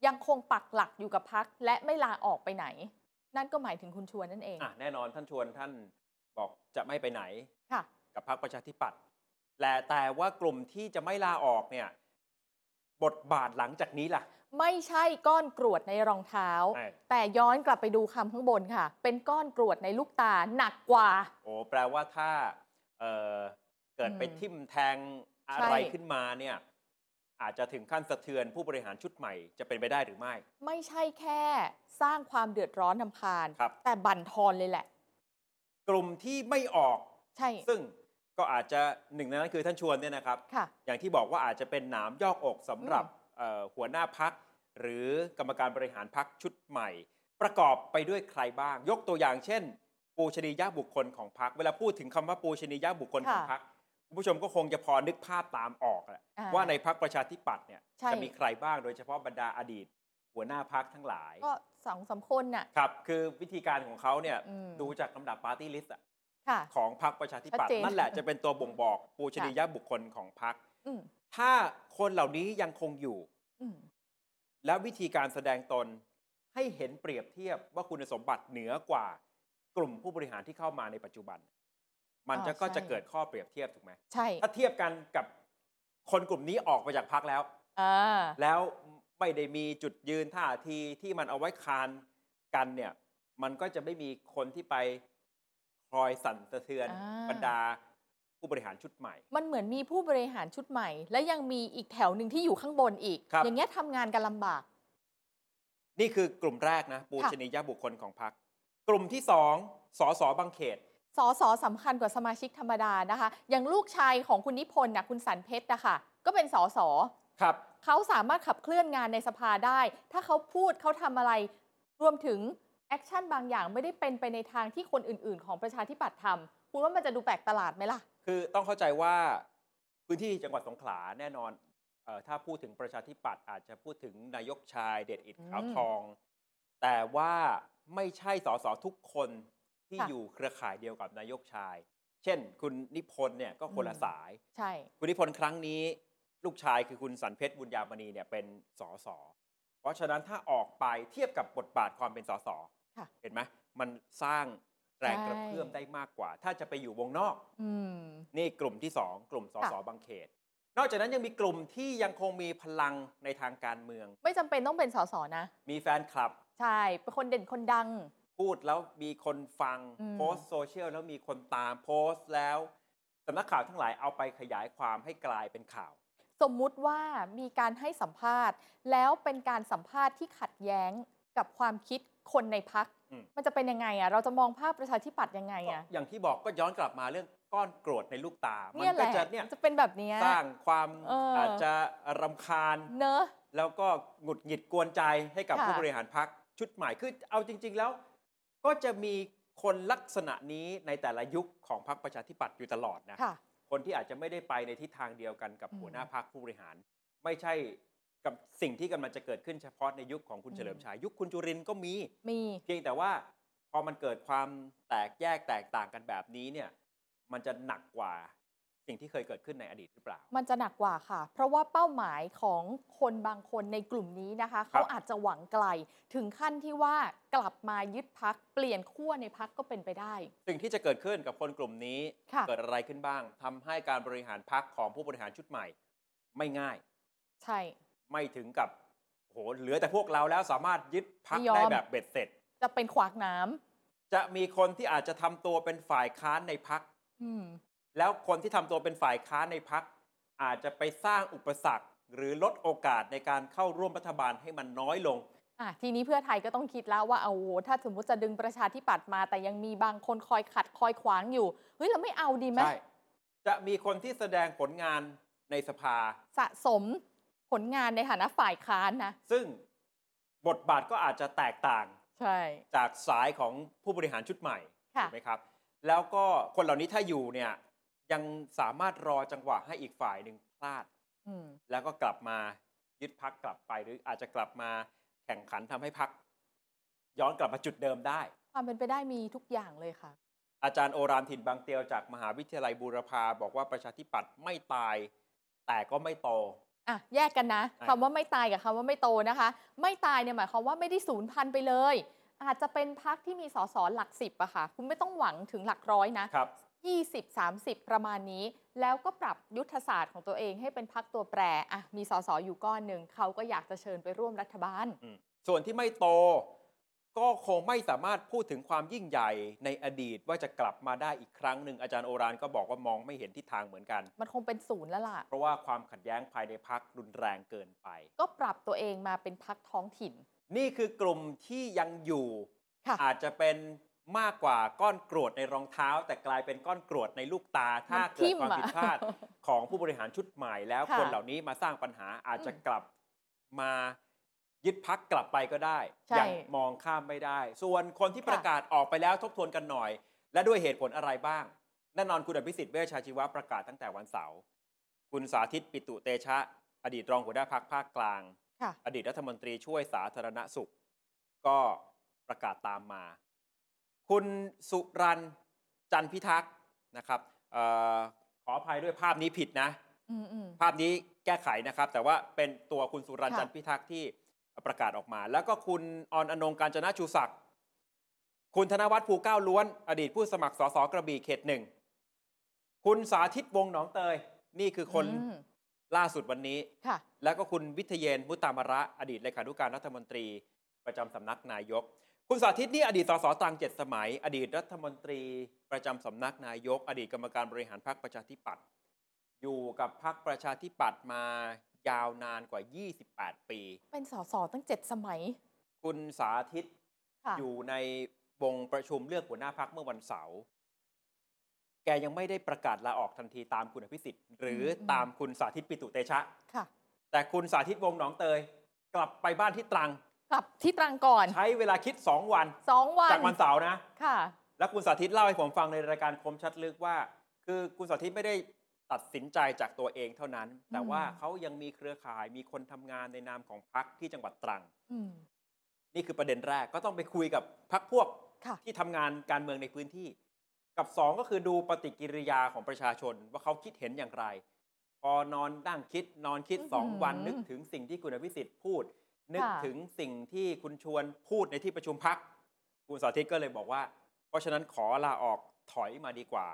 Speaker 3: ยังคงปักหลักอยู่กับพักและไม่ลาออกไปไหน นั่นก็หมายถึงคุณชวนนั่นเอง
Speaker 2: อ่ะแน่นอนท่านชวนท่านบอกจะไม่ไปไหน
Speaker 3: ค่ะ
Speaker 2: กับพรรคประชาธิปัตย์ และแต่ว่ากลุ่มที่จะไม่ลาออกเนี่ยบทบาทหลังจากนี้ล่ะ
Speaker 3: ไม่ใช่ก้อนกรวดในรองเท้า
Speaker 2: เอ้ย
Speaker 3: แต่ย้อนกลับไปดูคำข้างบนค่ะ เป็นก้อนกรวดในลูกตาหนักกว่า
Speaker 2: โอ้แปลว่าถ้าเอ่อเกิดไป
Speaker 3: อืม
Speaker 2: ทิ่มแทงอะไร
Speaker 3: ใช่
Speaker 2: ขึ้นมาเนี่ยอาจจะถึงขั้นสะเทือนผู้บริหารชุดใหม่จะเป็นไปได้หรือไม่
Speaker 3: ไม่ใช่แค่สร้างความเดือดร้อนนำคาญ
Speaker 2: ครับ
Speaker 3: แต่บั่นทอนเลยแหละ
Speaker 2: กลุ่มที่ไม่ออก
Speaker 3: ใช่
Speaker 2: ซึ่งก็อาจจะหนึ่งในนั้นคือท่านชวนเนี่ยนะครับ
Speaker 3: ค่ะ
Speaker 2: อย่างที่บอกว่าอาจจะเป็นหนามยอกอกสำหรับเอ่อหัวหน้าพัก หรือกรรมการบริหารพักชุดใหม่ ประกอบไปด้วยใครบ้าง ยกตัวอย่างเช่น ปูชนียบุคคลของพัก เวลาพูดถึงคำว่าปูชนียบุคคลของ
Speaker 3: ค่ะ
Speaker 2: พักคุณผู้ชมก็คงจะพอนึกภาพตามออกแหละ
Speaker 3: อ่
Speaker 2: ว่าในพักประชาธิปัตย์เนี่ย
Speaker 3: ใช่
Speaker 2: จะมีใครบ้างโดยเฉพาะบรรดาอดีต หัวหน้าพักทั้งหลาย
Speaker 3: ก็สองสามคนน่ะ
Speaker 2: ครับคือวิธีการของเขาเนี่ย
Speaker 3: อืม
Speaker 2: ดูจากลำดับปาร์ตี้ลิสต์
Speaker 3: ค่ะ
Speaker 2: ของพรรคประชาธิปัต
Speaker 3: ชัด
Speaker 2: ย์
Speaker 3: เจน
Speaker 2: นั่นแหละจะเป็นตัวบ่งบอกปูชนียบุคคลของพรรค
Speaker 3: อืม
Speaker 2: ถ้าคนเหล่านี้ยังคงอยู่
Speaker 3: อืม
Speaker 2: และวิธีการแสดงตนให้เห็นเปรียบเทียบว่าคุณสมบัติเหนือกว่ากลุ่มผู้บริหารที่เข้ามาในปัจจุบัน มันจะก็จะเกิดข้อเปรียบเทียบถูกไหม
Speaker 3: ใช่
Speaker 2: ถ้าเทียบกันกับคนกลุ่มนี้ออกไปจากพรรคแล้ว
Speaker 3: อ่า
Speaker 2: แล้วไม่ได้มีจุดยืนท่าทีที่มันเอาไว้คานกันเนี่ย มันก็จะไม่มีคนที่ไปคอยสั่นสะเทือนบรรดาผู้บริหารชุดใหม่
Speaker 3: มันเหมือนมีผู้บริหารชุดใหม่ และยังมีอีกแถวหนึ่งที่อยู่ข้างบนอีก
Speaker 2: ครับ
Speaker 3: อย่างเงี้ยทำงานกันลำบาก
Speaker 2: นี่คือกลุ่มแรกนะ ปู
Speaker 3: ค่ะ
Speaker 2: ชนียบุคคลของพรรคกลุ่มที่สองสอสอบางเขต
Speaker 3: สอสอสำคัญกว่าสมาชิกธรรมดานะคะ อย่างลูกชายของคุณนิพนธ์นะคุณสันเพชรนะคะก็เป็นสอสอ
Speaker 2: ครับ
Speaker 3: เขาสามารถขับเคลื่อนงานในสภาได้ ถ้าเขาพูดเขาทำอะไร รวมถึงแอคชั่นบางอย่างไม่ได้เป็นไปในทางที่คนอื่น ๆ ของประชาธิปัตย์ทำคุณว่ามันจะดูแปลกประหลาดไหมล่ะ
Speaker 2: คือต้องเข้าใจว่าพื้นที่จังหวัดสงขลาแน่นอนเออถ้าพูดถึงประชาธิปัตย์อาจจะพูดถึงนายกชายเดชอิด
Speaker 3: อืม
Speaker 2: ขาวทอง แต่ว่าไม่ใช่สสทุกคนที่
Speaker 3: ค่ะ
Speaker 2: อยู่เครือข่ายเดียวกับนายกชาย เช่น คุณนิพนธ์เนี่ยก็คนละสาย
Speaker 3: ใช่
Speaker 2: คุณนิพนธ์ครั้งนี้ ลูกชายคือคุณสันเพชรบุญญามณีเนี่ยเป็นสสเพราะฉะนั้นถ้าออกไปเทียบกับบทบาทความเป็นสส
Speaker 3: ค่ะ
Speaker 2: เห็นไหมมันสร้างแรง
Speaker 3: ใช่
Speaker 2: กระเพื่อมได้มากกว่า ถ้าจะไปอยู่วงนอก
Speaker 3: อืม
Speaker 2: นี่กลุ่มที่ 2 กลุ่มสส
Speaker 3: ค่ะ
Speaker 2: บางเขต นอกจากนั้นยังมีกลุ่มที่ยังคงมีพลังในทางการเมือง
Speaker 3: ไม่จำเป็นต้องเป็นสสนะ
Speaker 2: มีแฟนคลับ
Speaker 3: ใช่ เป็นคนเด่นคนดัง
Speaker 2: พูดแล้วมีคนฟัง
Speaker 3: อืม
Speaker 2: โพสต์โซเชียลแล้วมีคนตามโพสต์แล้วสำนักข่าวทั้งหลายเอาไปขยายความให้กลายเป็นข่าว
Speaker 3: สมมุติว่ามีการให้สัมภาษณ์ แล้วเป็นการสัมภาษณ์ที่ขัดแย้งกับความคิดคนในพัก
Speaker 2: อืม
Speaker 3: มันจะเป็นยังไงอ่ะ เราจะมองภาพประชาธิปัตย์ยังไง
Speaker 2: ก็
Speaker 3: อ่ะ
Speaker 2: อย่างที่บอกก็ย้อนกลับมาเรื่องก้อนกรวดในลูกตา มั
Speaker 3: เนี่ยแห
Speaker 2: ก็
Speaker 3: ละ
Speaker 2: จะเนี่ย
Speaker 3: จะเป็นแบบเนี้ย
Speaker 2: สร้างความ
Speaker 3: เอออ
Speaker 2: อาจจะรำคาญ
Speaker 3: เนอะ
Speaker 2: แล้วก็หงุดหงิดกวนใจให้กับ
Speaker 3: ค่ะ
Speaker 2: ผู้บริหารพักชุดใหม่คือเอาจริง ๆ แล้ว ก็จะมีคนลักษณะนี้ในแต่ละยุคของพรรคประชาธิปัตย์อยู่ตลอดนะ
Speaker 3: ค่ะ
Speaker 2: คนที่อาจจะไม่ได้ไปในทิศทางเดียวกันกับ
Speaker 3: อืม
Speaker 2: หัวหน้าพักผู้บริหาร ไม่ใช่กับสิ่งที่กำลังจะเกิดขึ้นเฉพาะในยุคของคุณ
Speaker 3: อืม
Speaker 2: เฉลิมชัยยุคคุณจุรินทร์ก็มี
Speaker 3: มี
Speaker 2: เพียงแต่ว่าพอมันเกิดความแตกแยกแตกต่างกันแบบนี้เนี่ยมันจะหนักกว่าสิ่งที่เคยเกิดขึ้นในอดีตหรือเปล่า
Speaker 3: มันจะหนักกว่าค่ะ เพราะว่าเป้าหมายของคนบางคนในกลุ่มนี้นะคะ เขาอาจจะหวังไกล ถึงขั้นที่ว่ากลับมายึดพัก เปลี่ยนขั้วในพักก็เป็นไปได้
Speaker 2: สิ่งที่จะเกิดขึ้นกับคนกลุ่มนี้
Speaker 3: ค่ะ
Speaker 2: เกิดอะไรขึ้นบ้างทำให้การบริหารพักของผู้บริหารชุดใหม่ ไม่ง่าย
Speaker 3: ใช่
Speaker 2: ไม่ถึงกับโหเหลือแต่พวกเราแล้วสามารถยึดพัก
Speaker 3: ไม่ยอม
Speaker 2: ได้แบบเบ็ดเสร็จ
Speaker 3: จะเป็นขวากหน้ำ
Speaker 2: จะมีคนที่อาจจะทำตัวเป็นฝ่ายค้านในพัก
Speaker 3: อืม
Speaker 2: แล้วคนที่ทำตัวเป็นฝ่ายค้านในพัก อาจจะไปสร้างอุปสรรค หรือลดโอกาสในการเข้าร่วมรัฐบาลให้มันน้อยลง
Speaker 3: อ่ะทีนี้เพื่อไทยก็ต้องคิดแล้วว่าเอาโหถ้าสมมติจะดึงประชาธิปัตย์มา แต่ยังมีบางคนคอยขัดคอยขวางอยู่เฮ้ยเราไม่เอาดีไหม
Speaker 2: ใช่ จะมีคนที่แสดงผลงานในสภา
Speaker 3: สะสมผลงานในฐานะฝ่ายค้านนะ
Speaker 2: ซึ่งบทบาทก็อาจจะแตกต่าง
Speaker 3: ใช่
Speaker 2: จากสายของผู้บริหารชุดใหม่
Speaker 3: ค่ะ
Speaker 2: ถูกไหมครับ แล้วก็คนเหล่านี้ถ้าอยู่เนี่ยยังสามารถรอจังหวะให้อีกฝ่ายหนึ่งพลาด
Speaker 3: อืม
Speaker 2: แล้วก็กลับมายึดพักกลับไป หรืออาจจะกลับมาแข่งขันทำให้พัก ย้อนกลับมาจุดเดิมได้
Speaker 3: ความเป็นไปได้มีทุกอย่างเลยค่ะ
Speaker 2: อาจารย์โอรามถิ่นบางเตียวจากมหาวิทยาลัยบูรพาบอกว่าประชาธิปัตย์ไม่ตาย แต่ก็ไม่โต
Speaker 3: อ่ะแยกกันนะ
Speaker 2: ใช่
Speaker 3: คำว่าไม่ตายกับคำว่าไม่โตนะคะ ไม่ตายเนี่ยหมายความว่าไม่ได้ศูนย์พันไปเลย อาจจะเป็นพักที่มีสสหลักสิบอะค่ะ คุณไม่ต้องหวังถึงหลักร้อยนะ
Speaker 2: ครับ
Speaker 3: 20-30 ประมาณนี้ แล้วก็ปรับยุทธศาสตร์ของตัวเองให้เป็นพักตัวแปรอ่ะมีสสอยู่ก้อนหนึ่งเขาก็อยากจะเชิญไปร่วมรัฐบาล
Speaker 2: ส่วนที่ไม่โตก็คงไม่สามารถพูดถึงความยิ่งใหญ่ในอดีตว่าจะกลับมาได้อีกครั้งหนึ่งอาจารย์โอรานก็บอกว่ามองไม่เห็นทิศทางเหมือนกัน
Speaker 3: มันคงเป็นศูนย์แล้วล่ะ
Speaker 2: เพราะว่าความขัดแย้งภายในพักรุนแรงเกินไป
Speaker 3: ก็ปรับตัวเองมาเป็นพักท้องถิ่น
Speaker 2: นี่คือกลุ่มที่ยังอยู่
Speaker 3: ค่ะ
Speaker 2: อาจจะเป็นมากกว่าก้อนกรวดในรองเท้า แต่กลายเป็นก้อนกรวดในลูกตา ถ้าเกิดความผิดพลาด
Speaker 3: มันทิ่มอะ
Speaker 2: ของผู้บริหารชุดใหม่แล้ว
Speaker 3: ค่ะ
Speaker 2: คนเหล่านี้มาสร้างปัญหาอาจจะกลับมายึดพักกลับไปก็ได้
Speaker 3: ใช่
Speaker 2: อย่างมองข้ามไม่ได้ ส่วนคนที่
Speaker 3: ค่ะ
Speaker 2: ประกาศออกไปแล้วทบทวนกันหน่อย และด้วยเหตุผลอะไรบ้าง แน่นอนคุณอภิสิทธิ์เวชชาชีวะประกาศตั้งแต่วันเสาร์คุณสาธิตปิตุเตชะ อดีตรองหัวหน้าพักภาคกลาง
Speaker 3: ค่ะ
Speaker 2: อดีตรัฐมนตรีช่วยสาธารณสุข ก็ประกาศตามมา คุณสุรันต์จันทร์พิทักษ์นะครับเออขออภัยด้วยภาพนี้ผิดนะ
Speaker 3: อืมอืม
Speaker 2: ภาพนี้แก้ไขนะครับ แต่ว่าเป็นตัวคุณสุรันต์
Speaker 3: ค่ะ
Speaker 2: จันทร์พิทักษ์ที่ประกาศออกมา แล้วก็คุณออนอนงการจนะชูศักดิ์คุณธนวัฒน์ภูเก้าล้วน อดีตผู้สมัครสสกระบี่เขตหนึ่งคุณสาธิตวงศ์หนองเตย นี่คือคน
Speaker 3: อืม
Speaker 2: ล่าสุดวันนี้
Speaker 3: ค่ะ
Speaker 2: แล้วก็คุณวิทยเยนมุตตามระ อดีตเลขานุการรัฐมนตรี ประจำสำนักนายก คุณสาธิตนี่อดีตสสตรังเจ็ดสมัย อดีตรัฐมนตรีประจำสำนักนายก อดีตกรรมการบริหารพรรคประชาธิปัตย์อยู่กับพรรคประชาธิปัตย์มายาวนานกว่า 28 ปี
Speaker 3: เป็นสสตั้งเจ็ดสมัย
Speaker 2: คุณสาธิต
Speaker 3: ค่ะ
Speaker 2: อยู่ในวงประชุมเลือกหัวหน้าพักเมื่อวันเสาร์แกยังไม่ได้ประกาศลาออกทันทีตามคุณอภิสิทธิ์ หรือตามคุณสาธิตปิตุเตชะ
Speaker 3: ค่ะ
Speaker 2: แต่คุณสาธิตวงศ์หนองเตย กลับไปบ้านที่ตรั ง
Speaker 3: กลับที่ตรังก่อน
Speaker 2: ใช้เวลาคิด 2 วัน
Speaker 3: สองวัน
Speaker 2: จากวันเสาร์นะ
Speaker 3: ค่ะ
Speaker 2: แล้วคุณสาธิตเล่าให้ผมฟังในรายการคมชัดลึกว่า คือคุณสาธิตไม่ได้ตัดสินใจจากตัวเองเท่านั้น แต่ว่าเขายังมีเครือข่ายมีคนทำงานในนามของพักที่จังหวัดตรัง
Speaker 3: อืม
Speaker 2: นี่คือประเด็นแรกก็ต้องไปคุยกับพักพวก
Speaker 3: ค่ะ
Speaker 2: ที่ทำงานการเมืองในพื้นที่ กับสองก็คือดูปฏิกิริยาของประชาชนว่าเขาคิดเห็นอย่างไร พอนอนนั่งคิดนอนคิดสองวันนึกถึงสิ่งที่คุณอภิสิทธิ์พูด นึกถึงสิ่งที่คุณชวนพูดในที่ประชุมพักคุณสาธิตก็เลยบอกว่า เพราะฉะนั้นขอลาออกถอยมาดีกว่า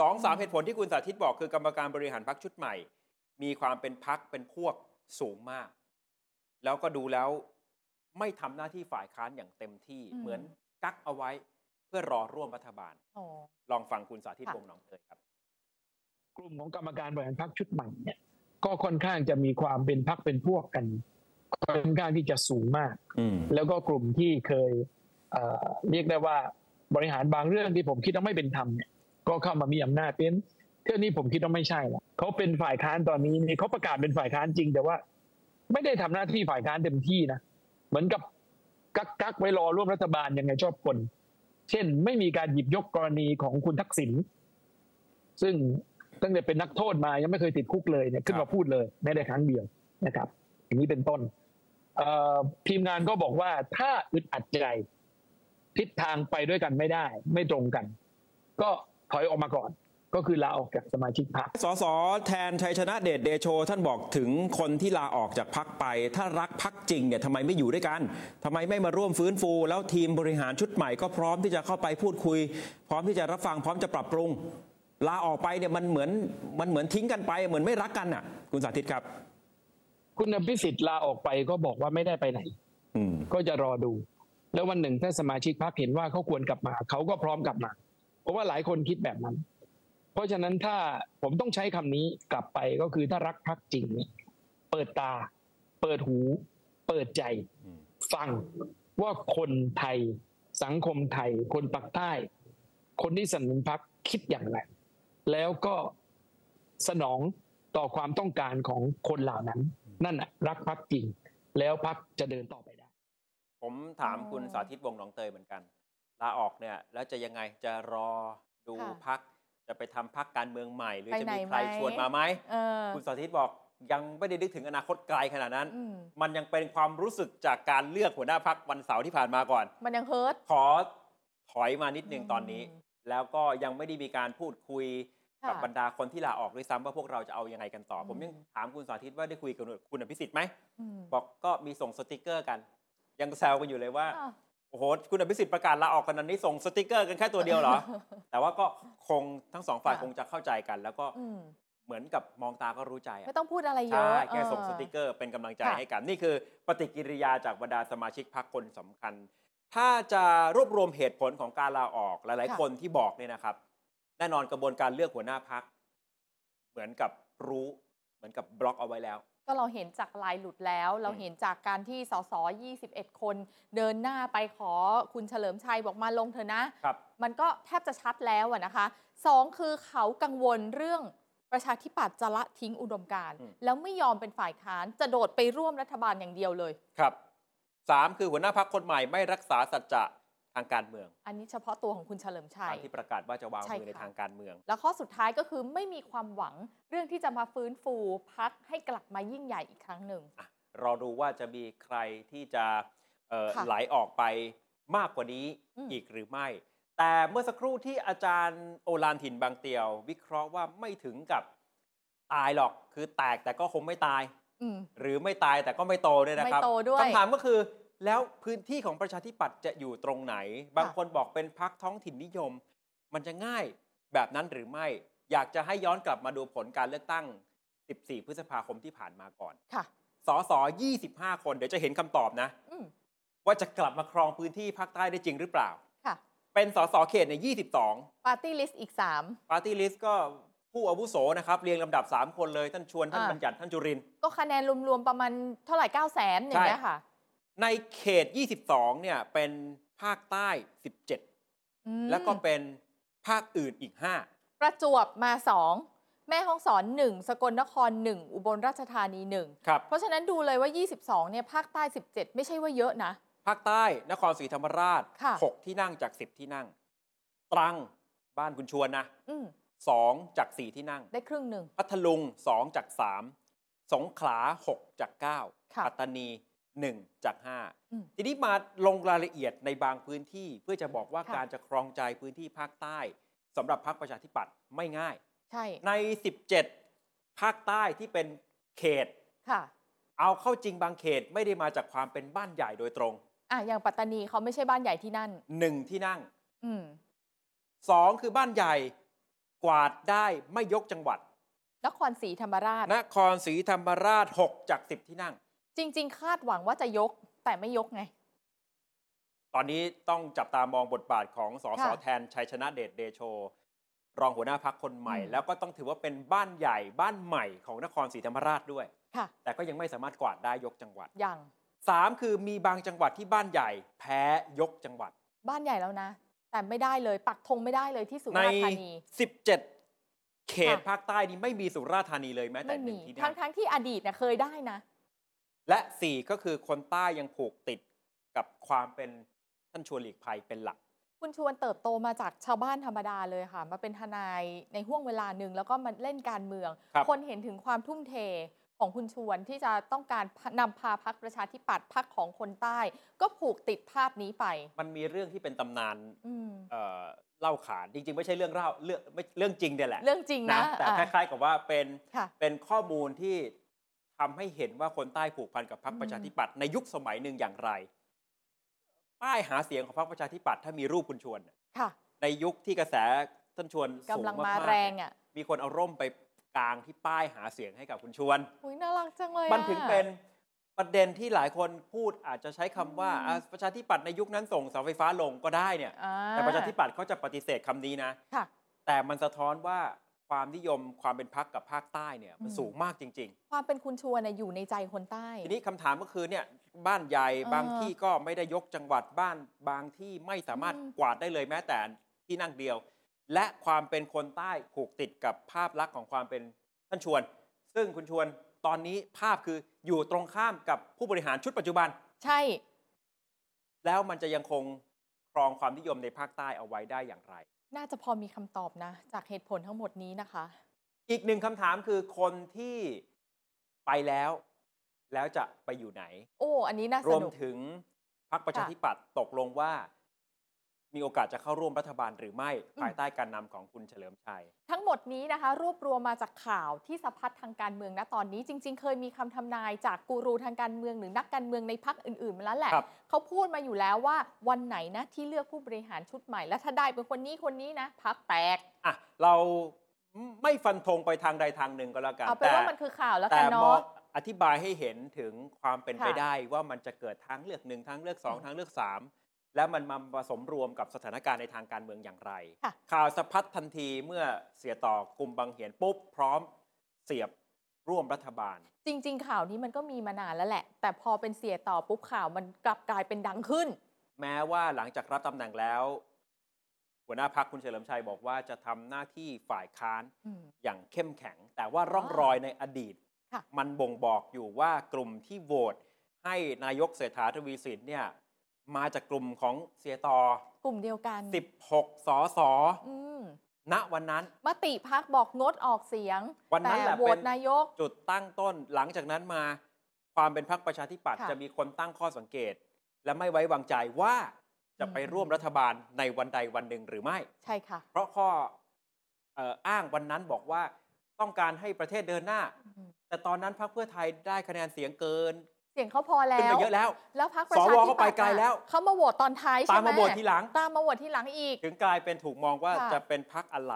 Speaker 2: สองสามเหตุผลที่คุณสาธิตบอกคือกรรมการบริหารพักชุดใหม่ มีความเป็นพักเป็นพวกสูงมาก แล้วก็ดูแล้วไม่ทำหน้าที่ฝ่ายค้านอย่างเต็มที่
Speaker 3: อืม
Speaker 2: เหมือนกักเอาไว้เพื่อรอร่วมรัฐบาล
Speaker 3: อ๋อ
Speaker 2: ลองฟังคุณสาธิต
Speaker 3: ค่ะ
Speaker 2: วงศ์หนองเตยครับ
Speaker 4: กลุ่มของกรรมการบริหารพรรคชุดใหม่เนี่ยก็ค่อนข้างจะมีความเป็นพรรคเป็นพวกกัน ค่อนข้างที่จะสูงมาก แล้วก็กลุ่มที่เคยเอ่อเรียกได้ว่าบริหารบางเรื่องที่ผมคิดว่าไม่เป็นธรรมเนี่ยก็เข้ามามีอำนาจเป็นเรื่องนี้ผมคิดว่าไม่ใช่ละเขาเป็นฝ่ายค้านตอนนี้เนี่ยเขาประกาศเป็นฝ่ายค้านจริง แต่ว่า ไม่ได้ทำหน้าที่ฝ่ายค้านเต็มที่นะเหมือนกับกักกักๆไว้รอร่วมรัฐบาลยังไงชอบคน เช่น ไม่มีการหยิบยกกรณีของคุณทักษิณซึ่งตั้งแต่เป็นนักโทษมายังไม่เคยติดคุกเลยเนี่ยขึ้นมาพูดเลยแม้แต่ครั้งเดียวนะครับ อย่างนี้เป็นต้น เอ่อทีมงานก็บอกว่าถ้าอึดอัดใจทิศทางไปด้วยกันไม่ได้ ไม่ตรงกัน ก็ถอยออกมาก่อน ก็คือลาออกจากสมาชิกพรรค
Speaker 2: สสแทนชัยชนะเดชเดโช ท่านบอกถึงคนที่ลาออกจากพักไป ถ้ารักพักจริงเนี่ยทำไมไม่อยู่ด้วยกันทำไมไม่มาร่วมฟื้นฟู แล้วทีมบริหารชุดใหม่ก็พร้อมที่จะเข้าไปพูดคุย พร้อมที่จะรับฟังพร้อมจะปรับปรุง ลาออกไปเนี่ยมันเหมือนมันเหมือนทิ้งกันไป เหมือนไม่รักกันอ่ะ คุณสาธิตครับ
Speaker 4: คุณพิสิทธิ์ลาออกไปก็บอกว่าไม่ได้ไปไหน
Speaker 2: อืม
Speaker 4: ก็จะรอดู แล้ววันหนึ่งถ้าสมาชิกพรรคเห็นว่าเขาควรกลับมา เขาก็พร้อมกลับมา เพราะว่าหลายคนคิดแบบนั้น เพราะฉะนั้นถ้าผมต้องใช้คำนี้กลับไปก็คือถ้ารักพรรคจริงเนี่ยเปิดตา เปิดหู เปิดใจ
Speaker 2: อืม
Speaker 4: ฟังว่าคนไทย สังคมไทย คนปากใต้ คนที่สนับสนุนพรรคคิดอย่างไร แล้วก็สนองต่อความต้องการของคนเหล่านั้น นั่นน่ะรักพรรคจริง แล้วพรรคจะเดินต่อไปได้
Speaker 2: ผมถาม
Speaker 3: อ๋อ
Speaker 2: คุณสาธิตวงศ์หนองเตยเหมือนกัน ลาออกเนี่ยแล้วจะยังไงจะรอดู
Speaker 3: ค่ะ
Speaker 2: พักจะไปทำพักการเมืองใหม่ หรือ
Speaker 3: ไป
Speaker 2: จะ
Speaker 3: ไหน
Speaker 2: มีใคร
Speaker 3: ไหม
Speaker 2: ชวนมาไหม
Speaker 3: เออ
Speaker 2: คุณสาธิตบอกยังไม่ได้นึกถึงอนาคตไกลขนาดนั้น
Speaker 3: อืม
Speaker 2: มันยังเป็นความรู้สึกจากการเลือกหัวหน้าพักวันเสาร์ที่ผ่านมาก่อน
Speaker 3: มันยังเฮิร์ต
Speaker 2: ขอถอยมานิดนึงตอนนี้
Speaker 3: อืม
Speaker 2: แล้วก็ยังไม่ได้มีการพูดคุย
Speaker 3: ค่ะ
Speaker 2: กับบรรดาคนที่ลาออกด้วยซ้ำว่าพวกเราจะเอายังไงกันต่ออ
Speaker 3: ม
Speaker 2: ผมยังถามคุณสาธิตว่าได้คุยกับคุณอภิสิทธิ์ไหม
Speaker 3: อืม
Speaker 2: บอกก็มีส่งสติกเกอร์กัน ยังแซวกันอยู่เลยว่า
Speaker 3: อ่ะ
Speaker 2: โอ้ โหคุณอภิสิทธิ์ประกาศลาออกกันนั้นนี่ส่งสติกเกอร์กันแค่ตัวเดียว เหรอ แต่ว่าก็คงทั้งสองฝ่าย
Speaker 3: ค่ะ
Speaker 2: คงจะเข้าใจกัน แล้วก็
Speaker 3: อืม
Speaker 2: เหมือนกับมองตาก็รู้ใจอะ
Speaker 3: ไม่ต้องพูดอะไรเย
Speaker 2: ใช่
Speaker 3: อะ
Speaker 2: แค่ส่ง
Speaker 3: เออ
Speaker 2: สติกเกอร์เป็นกำลังใจ
Speaker 3: ค่ะ
Speaker 2: ให้กัน นี่คือปฏิกิริยาจากบรรดาสมาชิกพรรคคนสำคัญ ถ้าจะรวบรวมเหตุผลของการลาออกหลาย ๆ คนที่บอกเนี่ยนะครับ แน่นอนกระบวนการเลือกหัวหน้าพักเหมือนกับรู้เหมือนกับบล็อกเอาไว้แล้ว
Speaker 3: ก็เราเห็นจากลายหลุดแล้ว เราเห็นจากการที่สส21 คน เดินหน้าไปขอคุณเฉลิมชัยบอกมาลงเถอะนะ
Speaker 2: ครับ
Speaker 3: มันก็แทบจะชัดแล้วอะนะคะสองคือเขากังวลเรื่องประชาธิปัตย์จะละทิ้งอุดมการณ์
Speaker 2: อืม
Speaker 3: แล้วไม่ยอมเป็นฝ่ายค้านจะโดดไปร่วมรัฐบาลอย่างเดียวเลย
Speaker 2: ครับสามคือหัวหน้าพักคนใหม่ไม่รักษาสัจจะทางการเมือง
Speaker 3: อันนี้เฉพาะตัวของคุณเฉลิมชั
Speaker 2: ตาม
Speaker 3: ย
Speaker 2: ที่ประกาศว่าจะวาง
Speaker 3: ใช่
Speaker 2: มือใน
Speaker 3: ค่ะ
Speaker 2: ทางการเมือง
Speaker 3: แล้วข้อสุดท้ายก็คือไม่มีความหวังเรื่องที่จะมาฟื้นฟูพักให้กลับมายิ่งใหญ่อีกครั้งหนึ่ง
Speaker 2: รอดูว่าจะมีใครที่จะเอ่อ
Speaker 3: ค่ะ
Speaker 2: ไหลออกไปมากกว่านี้
Speaker 3: อืม
Speaker 2: อีกหรือไม่ แต่เมื่อสักครู่ที่อาจารย์โอลานถิ่นบางเตียว วิเคราะห์ว่าไม่ถึงกับตายหรอกคือแตกแต่ก็คงไม่ตาย
Speaker 3: อืม
Speaker 2: หรือไม่ตายแต่ก็ไม่โตด้วยนะครับ
Speaker 3: ไม่โตด้วย
Speaker 2: คำถามก็คือ แล้วพื้นที่ของประชาธิปัตย์จะอยู่ตรงไหน บางคนบอกเป็นพักท้องถิ่นนิยม มันจะง่ายแบบนั้นหรือไม่ อยากจะให้ย้อนกลับมาดูผลการเลือกตั้ง 14 พฤษภาคมที่ผ่านมาก่อน
Speaker 3: ค่ะ
Speaker 2: สส25 คนเดี๋ยวจะเห็นคำตอบนะ
Speaker 3: อืม
Speaker 2: ว่าจะกลับมาครองพื้นที่ภาคใต้ได้จริงหรือเปล่า
Speaker 3: ค่ะ
Speaker 2: เป็นสสเขตในย22
Speaker 3: ปาร์ตี้ลิสต์อีก
Speaker 2: ปาร์ตี้ลิสต์ก็ผู้อาวุโสนะครับเรียงลำดับสามคนเลยท่านชวนท่าน
Speaker 3: อ่า
Speaker 2: บัญญัติท่านจุรินทร์
Speaker 3: 3 ก็คะแนนรวมๆประมาณเท่าไหร่ 9 0 0 0 0นอย่างเงี้ยค่ะ
Speaker 2: ในเขต 22 เนี่ย เป็นภาคใต้ 17
Speaker 3: อืม
Speaker 2: แล้วก็เป็นภาคอื่นอีก
Speaker 3: ประจวบมา 2 แม่ห้องสอน 1 สกลนคร 1 อุบลราชธานี
Speaker 2: 5 ครับ
Speaker 3: 1 เพราะฉะนั้นดูเลยว่า 22 เนี่ยภาคใต้ 17 ไม่ใช่ว่าเยอะนะ
Speaker 2: ภาคใต้นครศรีธรรมราช
Speaker 3: ค่ะ
Speaker 2: 6 ที่นั่งจาก 10 ที่นั่ง ตรังบ้านคุณชวนนะ
Speaker 3: อืม
Speaker 2: 2 จาก 4 ที่นั่ง
Speaker 3: ได้ครึ่งหนึ่ง
Speaker 2: พัทลุง 2 จาก 3 สงขลา 6 จาก 9
Speaker 3: ค่ะ
Speaker 2: ปัตตานี 1 จาก
Speaker 3: อืม
Speaker 2: 5 ทีนี้มาลงรายละเอียดในบางพื้นที่เพื่อจะบอกว่า
Speaker 3: ค่ะ
Speaker 2: การจะครองใจพื้นที่ภาคใต้สำหรับพรรคประชาธิปัตย์ไม่ง่าย
Speaker 3: ใช่
Speaker 2: ใน 17 ภาคใต้ที่เป็นเขต
Speaker 3: ค่ะ
Speaker 2: เอาเข้าจริงบางเขตไม่ได้มาจากความเป็นบ้านใหญ่โดยตรง
Speaker 3: อ่ะอย่างปัตตานีเขาไม่ใช่บ้านใหญ่ที่นั่น
Speaker 2: 1 ที่นั่ง
Speaker 3: อืม
Speaker 2: 2 คือบ้านใหญ่กวาดได้ไม่ยกจังหวัด
Speaker 3: นครศรีธรรมราช
Speaker 2: นครศรีธรรมราช 6 จาก 10 ที่นั่ง
Speaker 3: จริง ๆ คาดหวังว่าจะยกแต่ไม่ยกไง
Speaker 2: ตอนนี้ต้องจับตามองบทบาทของสส
Speaker 3: ค่ะ
Speaker 2: แทนชัยชนะเดชเดโช รองหัวหน้าพักคนใหม่
Speaker 3: อืม
Speaker 2: แล้วก็ต้องถือว่าเป็นบ้านใหญ่บ้านใหม่ของนครศรีธรรมราชด้วย
Speaker 3: ค่ะ
Speaker 2: แต่ก็ยังไม่สามารถกวาดได้ยกจังหวัด
Speaker 3: อย่าง
Speaker 2: สามคือมีบางจังหวัดที่บ้านใหญ่ แพ้ยกจังหวัด
Speaker 3: บ้านใหญ่แล้วนะ แต่ไม่ได้เลยปักธงไม่ได้เลยที่สุ
Speaker 2: ใน
Speaker 3: ราษฎร์ธานี
Speaker 2: 17 เขต
Speaker 3: ค่ะ
Speaker 2: ภาคใต้นี้ไม่มีสุราษฎร์ธานีเลยแม้แต่
Speaker 3: ไม่
Speaker 2: หนึ่
Speaker 3: มี
Speaker 2: งที่นั่
Speaker 3: ทั้
Speaker 2: ง
Speaker 3: งทั้งๆที่อดีตเนี่ยเคยได้นะ
Speaker 2: และ 4 ก็คือคนใต้ยังผูกติดกับความเป็นท่านชวนหลีกภัยเป็นหลัก
Speaker 3: คุณชวนเติบโตมาจากชาวบ้านธรรมดาเลยค่ะ มาเป็นทนายในห่วงเวลาหนึ่งแล้วก็มาเล่นการเมือง
Speaker 2: ครับ
Speaker 3: นเห็นถึงความทุ่มเทของคุณชวนที่จะต้องการนำพาพักประชาธิปัตย์พักของคนใต้ ก็ผูกติดภาพนี้ไป
Speaker 2: มันมีเรื่องที่เป็นตำนาน
Speaker 3: อืม
Speaker 2: เอ่อเล่าขาน จริง ๆ ไม่ใช่เรื่องเล่าเรื่องไม่เรื่องจริงเนี่ยแหละ
Speaker 3: เรื่องจริงนะ
Speaker 2: นะแต่
Speaker 3: อ่ะ
Speaker 2: คล้ายๆกับว่าเป็น
Speaker 3: ค่ะ
Speaker 2: เป็นข้อมูลที่ทำให้เห็นว่าคนใต้ผูกพันกับพรรค
Speaker 3: อืม
Speaker 2: ประชาธิปัตย์ในยุคสมัยหนึ่งอย่างไร ป้ายหาเสียงของพรรคประชาธิปัตย์ถ้ามีรูปคุณชวน
Speaker 3: ค่ะ
Speaker 2: ในยุคที่กระแสท่านชวนสู
Speaker 3: กำลังมา
Speaker 2: ๆ
Speaker 3: แรง
Speaker 2: เนี่ย
Speaker 3: อ่ะ
Speaker 2: มีคนเอาร่มไปกางที่ป้ายหาเสียงให้กับคุณชวน
Speaker 3: อุยน่ารักจังเลย
Speaker 2: มันถึงเป็น
Speaker 3: อะ
Speaker 2: ประเด็นที่หลายคนพูดอาจจะใช้คำว่า
Speaker 3: อืม
Speaker 2: อ่ะประชาธิปัตย์ในยุคนั้นส่งเสาไฟฟ้าลงก็ได้เนี่ย
Speaker 3: อ่
Speaker 2: แต่ประชาธิปัตย์เขาจะปฏิเสธคำนี้นะ
Speaker 3: ค่ะ
Speaker 2: แต่มันสะท้อนว่าความนิยมความเป็นพักกับภาคใต้เนี่ยมัน
Speaker 3: อืม
Speaker 2: สูงมากจริง
Speaker 3: ความเป็นคุณชวนน่ะอยู่ในใจคนใต้
Speaker 2: ๆ ทีนี้คำถามก็คือเนี่ยบ้านใหญ่
Speaker 3: เออบ
Speaker 2: างที่ก็ไม่ได้ยกจังหวัดบ้านบางที่ไม่สามารถ
Speaker 3: อืม
Speaker 2: กวาดได้เลยแม้แต่ที่นั่งเดียว และความเป็นคนใต้ผูกติดกับภาพลักษณ์ของความเป็นท่านชวน ซึ่งคุณชวนตอนนี้ภาพคืออยู่ตรงข้ามกับผู้บริหารชุดปัจจุบัน
Speaker 3: ใช่
Speaker 2: แล้วมันจะยังคงครองความนิยมในภาคใต้เอาไว้ได้อย่างไร
Speaker 3: น่าจะพอมีคำตอบนะ จากเหตุผลทั้งหมดนี้นะคะ
Speaker 2: อีกหนึ่งคำถามคือคนที่ไปแล้ว แล้วจะไปอยู่ไหน
Speaker 3: โอ้ อันนี้น่าร ส
Speaker 2: วม
Speaker 3: นุก
Speaker 2: ถึงพรรคประชาธิปัตย์ตกลงว่า มีโอกาสจะเข้าร่วมรัฐบาลหรือไม่ภายใต้การนำของคุณเฉลิมชัย
Speaker 3: ทั้งหมดนี้นะคะ รวบรวมมาจากข่าวที่สะพัดทางการเมืองนะตอนนี้ จริง ๆ เคยมีคำทำนายจากกูรูทางการเมืองหรือนักการเมืองในพักอื่นๆมาแล้วแหละ
Speaker 2: ครับ
Speaker 3: เขาพูดมาอยู่แล้วว่าวันไหนนะที่เลือกผู้บริหารชุดใหม่ และถ้าได้เป็นคนนี้คนนี้นะพักแตก
Speaker 2: อ่ะเราไม่ฟันธงไปทางใดทางหนึ่งก็แล้วกัน
Speaker 3: เอาเป็นว่ามันคือข่าวแล้ว
Speaker 2: แต่
Speaker 3: กั
Speaker 2: มอ
Speaker 3: นเนาะ
Speaker 2: งอธิบายให้เห็นถึงความเป็นไป
Speaker 3: ค่ะ
Speaker 2: ได้ว่ามันจะเกิดทางเลือกหนึ่งทางเลือกสองทางเลือกสามและมันมาผสมรวมกับสถานการณ์ในทางการเมืองอย่างไร
Speaker 3: ค่ะ
Speaker 2: ข่าวสะพัดทันทีเมื่อเสียต่อกลุ่มบางเหียนปุ๊บพร้อมเสียบร่วมรัฐบาล
Speaker 3: จริง ๆ ข่าวนี้มันก็มีมานานแล้วแหละ แต่พอเป็นเสียต่อปุ๊บข่าวมันกลับกลายเป็นดังขึ้น
Speaker 2: แม้ว่าหลังจากรับตำแหน่งแล้ว หัวหน้าพักคุณเฉลิมชัยบอกว่าจะทำหน้าที่ฝ่ายค้าน
Speaker 3: อืม
Speaker 2: อย่างเข้มแข็ง แต่ว่าร่องรอยในอดีต
Speaker 3: ค่ะ
Speaker 2: มันบ่งบอกอยู่ว่ากลุ่มที่โหวตให้นายกเศรษฐาทวีสินเนี่ย มาจากกลุ่มของเสียตอก
Speaker 3: ลุ่มเดียวกัน
Speaker 2: 16สอสอ
Speaker 3: อืม
Speaker 2: ณวันนั้น
Speaker 3: มติพักบอกงดออกเสียง
Speaker 2: วันนั้นแห
Speaker 3: แต่
Speaker 2: ละ
Speaker 3: โหว
Speaker 2: เป็
Speaker 3: ต
Speaker 2: น
Speaker 3: นายก
Speaker 2: จุดตั้งต้นหลังจากนั้นมา ความเป็นพรรคประชาธิปัตย์
Speaker 3: ค่ะ
Speaker 2: จะมีคนตั้งข้อสังเกต และไม่ไว้วางใจว่าจะไป
Speaker 3: อืม
Speaker 2: ร่วมรัฐบาลในวันใดวันหนึ่งหรือไม่
Speaker 3: ใช่ค่ะ
Speaker 2: เพราะข้อเอ่ออ้างวันนั้นบอกว่าต้องการให้ประเทศเดินหน้า
Speaker 3: อืม
Speaker 2: แต่ตอนนั้นพรรคเพื่อไทยได้คะแนนเสียงเกิน
Speaker 3: เสียงเขาพอแล้
Speaker 2: ขึ้นไป
Speaker 3: ว
Speaker 2: เยอะแล้ว
Speaker 3: แล้วพักประชา
Speaker 2: สว
Speaker 3: ธิ
Speaker 2: ก็
Speaker 3: ปั
Speaker 2: ไป
Speaker 3: ตย์
Speaker 2: ไกลแล้ว
Speaker 3: เขามาโหวตตอนท้ายใช่
Speaker 2: ตาม
Speaker 3: ไหม
Speaker 2: มาบททีหลัง
Speaker 3: ตามมาโหวตที่หลังอีก
Speaker 2: ถึงกลายเป็นถูกมองว่า
Speaker 3: ค่ะ
Speaker 2: จะเป็นพรรคอะไร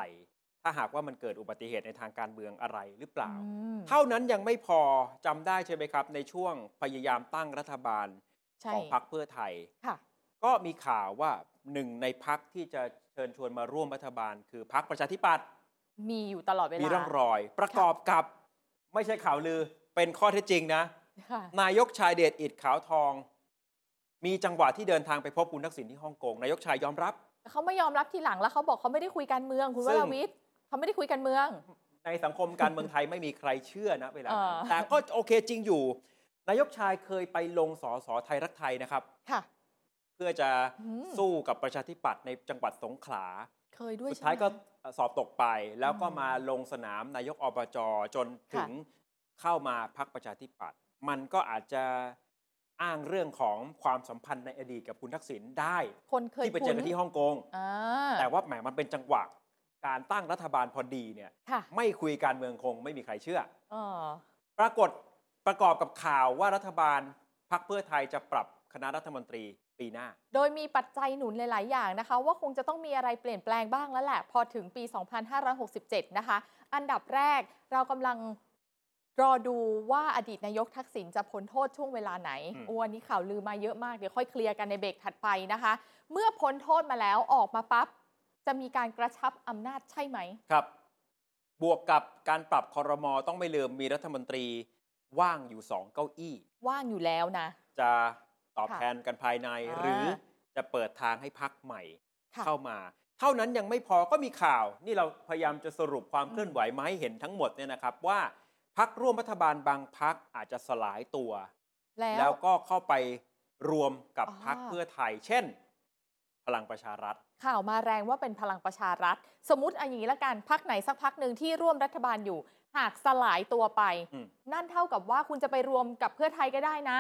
Speaker 2: ถ้าหากว่ามันเกิดอุบัติเหตุในทางการเมืองอะไรหรือเปล่า
Speaker 3: อืม
Speaker 2: เท่านั้นยังไม่พอจำได้ใช่ไหมครับ ในช่วงพยายามตั้งรัฐบาล
Speaker 3: ใช่
Speaker 2: ของพรรคเพื่อไทย
Speaker 3: ค่ะ
Speaker 2: ก็มีข่าวว่าหนึ่งในพรรคที่จะเชิญชวนมาร่วมรัฐบาล คือพรรคประชาธิปัตย์
Speaker 3: มีอยู่ตลอดเวลา
Speaker 2: มี
Speaker 3: มี
Speaker 2: ร่องรอย ประกอบกับไม่ใช่ข่าวลือเป็นข้อเท็จจริงนะ
Speaker 3: ค่ะ
Speaker 2: นายกชายเดชอิดขาวทอง มีจังหวะที่เดินทางไปพบคุณทักษิณที่ฮ่องกงนายกชายยอมรับ
Speaker 3: เขาไม่ยอมรับทีหลังแล้วเขาบอกเขาไม่ได้คุยการเมืองคุณ
Speaker 2: ซึ่
Speaker 3: ว
Speaker 2: ง
Speaker 3: ราวิทย์เขาไม่ได้คุยการเมือง
Speaker 2: ในสังคมการเมืองไทยไม่มีใครเชื่อนะเวลานั้น
Speaker 3: เออ
Speaker 2: แต่ก็โอเคจริงอยู่ นายกชายเคยไปลงสอสอไทยรักไทยนะครับ
Speaker 3: ค่ะ
Speaker 2: เพื่อจะ
Speaker 3: อืม
Speaker 2: สู้กับประชาธิปัตย์ในจังหวัดสงขลา
Speaker 3: เคยด้วย
Speaker 2: สุด
Speaker 3: ใช่ไหม
Speaker 2: ท้ายก็สอบตกไป แล้วก็
Speaker 3: อืม
Speaker 2: มาลงสนามนายกอบจจนถึ
Speaker 3: ค่ะ
Speaker 2: งเข้ามาพักประชาธิปัตย์มันก็อาจจะอ้างเรื่องของความสัมพันธ์ในอดีตกับคุณทักษิณได้
Speaker 3: คนเคย
Speaker 2: ที่ไปเจอกันที่ฮ่องกง
Speaker 3: อ่า
Speaker 2: แต่ว่าแหมมันเป็นจังหวะการตั้งรัฐบาลพอดีเนี่ย
Speaker 3: ค่ะ
Speaker 2: ไม่คุยการเมืองคงไม่มีใครเชื่อ
Speaker 3: เออ
Speaker 2: ปรากฏประกอบกับข่าวว่ารัฐบาลพักเพื่อไทยจะปรับคณะรัฐมนตรีปีหน้า
Speaker 3: โดยมีปัจจัยหนุนหลาย ๆ อย่างนะคะ ว่าคงจะต้องมีอะไรเปลี่ยนแปลงบ้างแล้วแหละ พอถึงปี 2567 นะคะ อันดับแรกเรากำลังรอดูว่าอดีตนายกทักษิณจะพ้นโทษช่วงเวลาไหน
Speaker 2: อืม
Speaker 3: โอ้วันนี้ข่าวลือมาเยอะมาก เดี๋ยวค่อยเคลียร์กันในเบรกถัดไปนะคะ เมื่อพ้นโทษมาแล้วออกมาปั๊บ จะมีการกระชับอำนาจใช่ไหม
Speaker 2: ครับ บวกกับการปรับคอรมอต้องไม่ลืมมีรัฐมนตรีว่างอยู่สองเก้าอี้
Speaker 3: ว่างอยู่แล้วนะ
Speaker 2: จะตอบ
Speaker 3: ค่ะ
Speaker 2: แทนกันภายใน
Speaker 3: อ่า
Speaker 2: หรือจะเปิดทางให้พักใหม่
Speaker 3: ค่ะ
Speaker 2: เข้ามา เท่านั้นยังไม่พอก็มีข่าว นี่เราพยายามจะสรุปความเคลื่อนไหวมาให้เห็นทั้งหมดเนี่ยนะครับ ว่าพักร่วมรัฐบาลบางพักอาจจะสลายตัว
Speaker 3: แล้
Speaker 2: แล้ว วก็เข้าไปรวมกับ
Speaker 3: อ๋อ
Speaker 2: พักเพื่อไทย เช่น พลังประชารัฐ
Speaker 3: ข่าวมาแรงว่าเป็นพลังประชารัฐ สมมติเอาอย่างนี้ละกันพักไหนสักพักหนึ่งที่ร่วมรัฐบาลอยู่ หากสลายตัวไป
Speaker 2: อืม
Speaker 3: นั่นเท่ากับว่าคุณจะไปรวมกับเพื่อไทยก็ได้นะ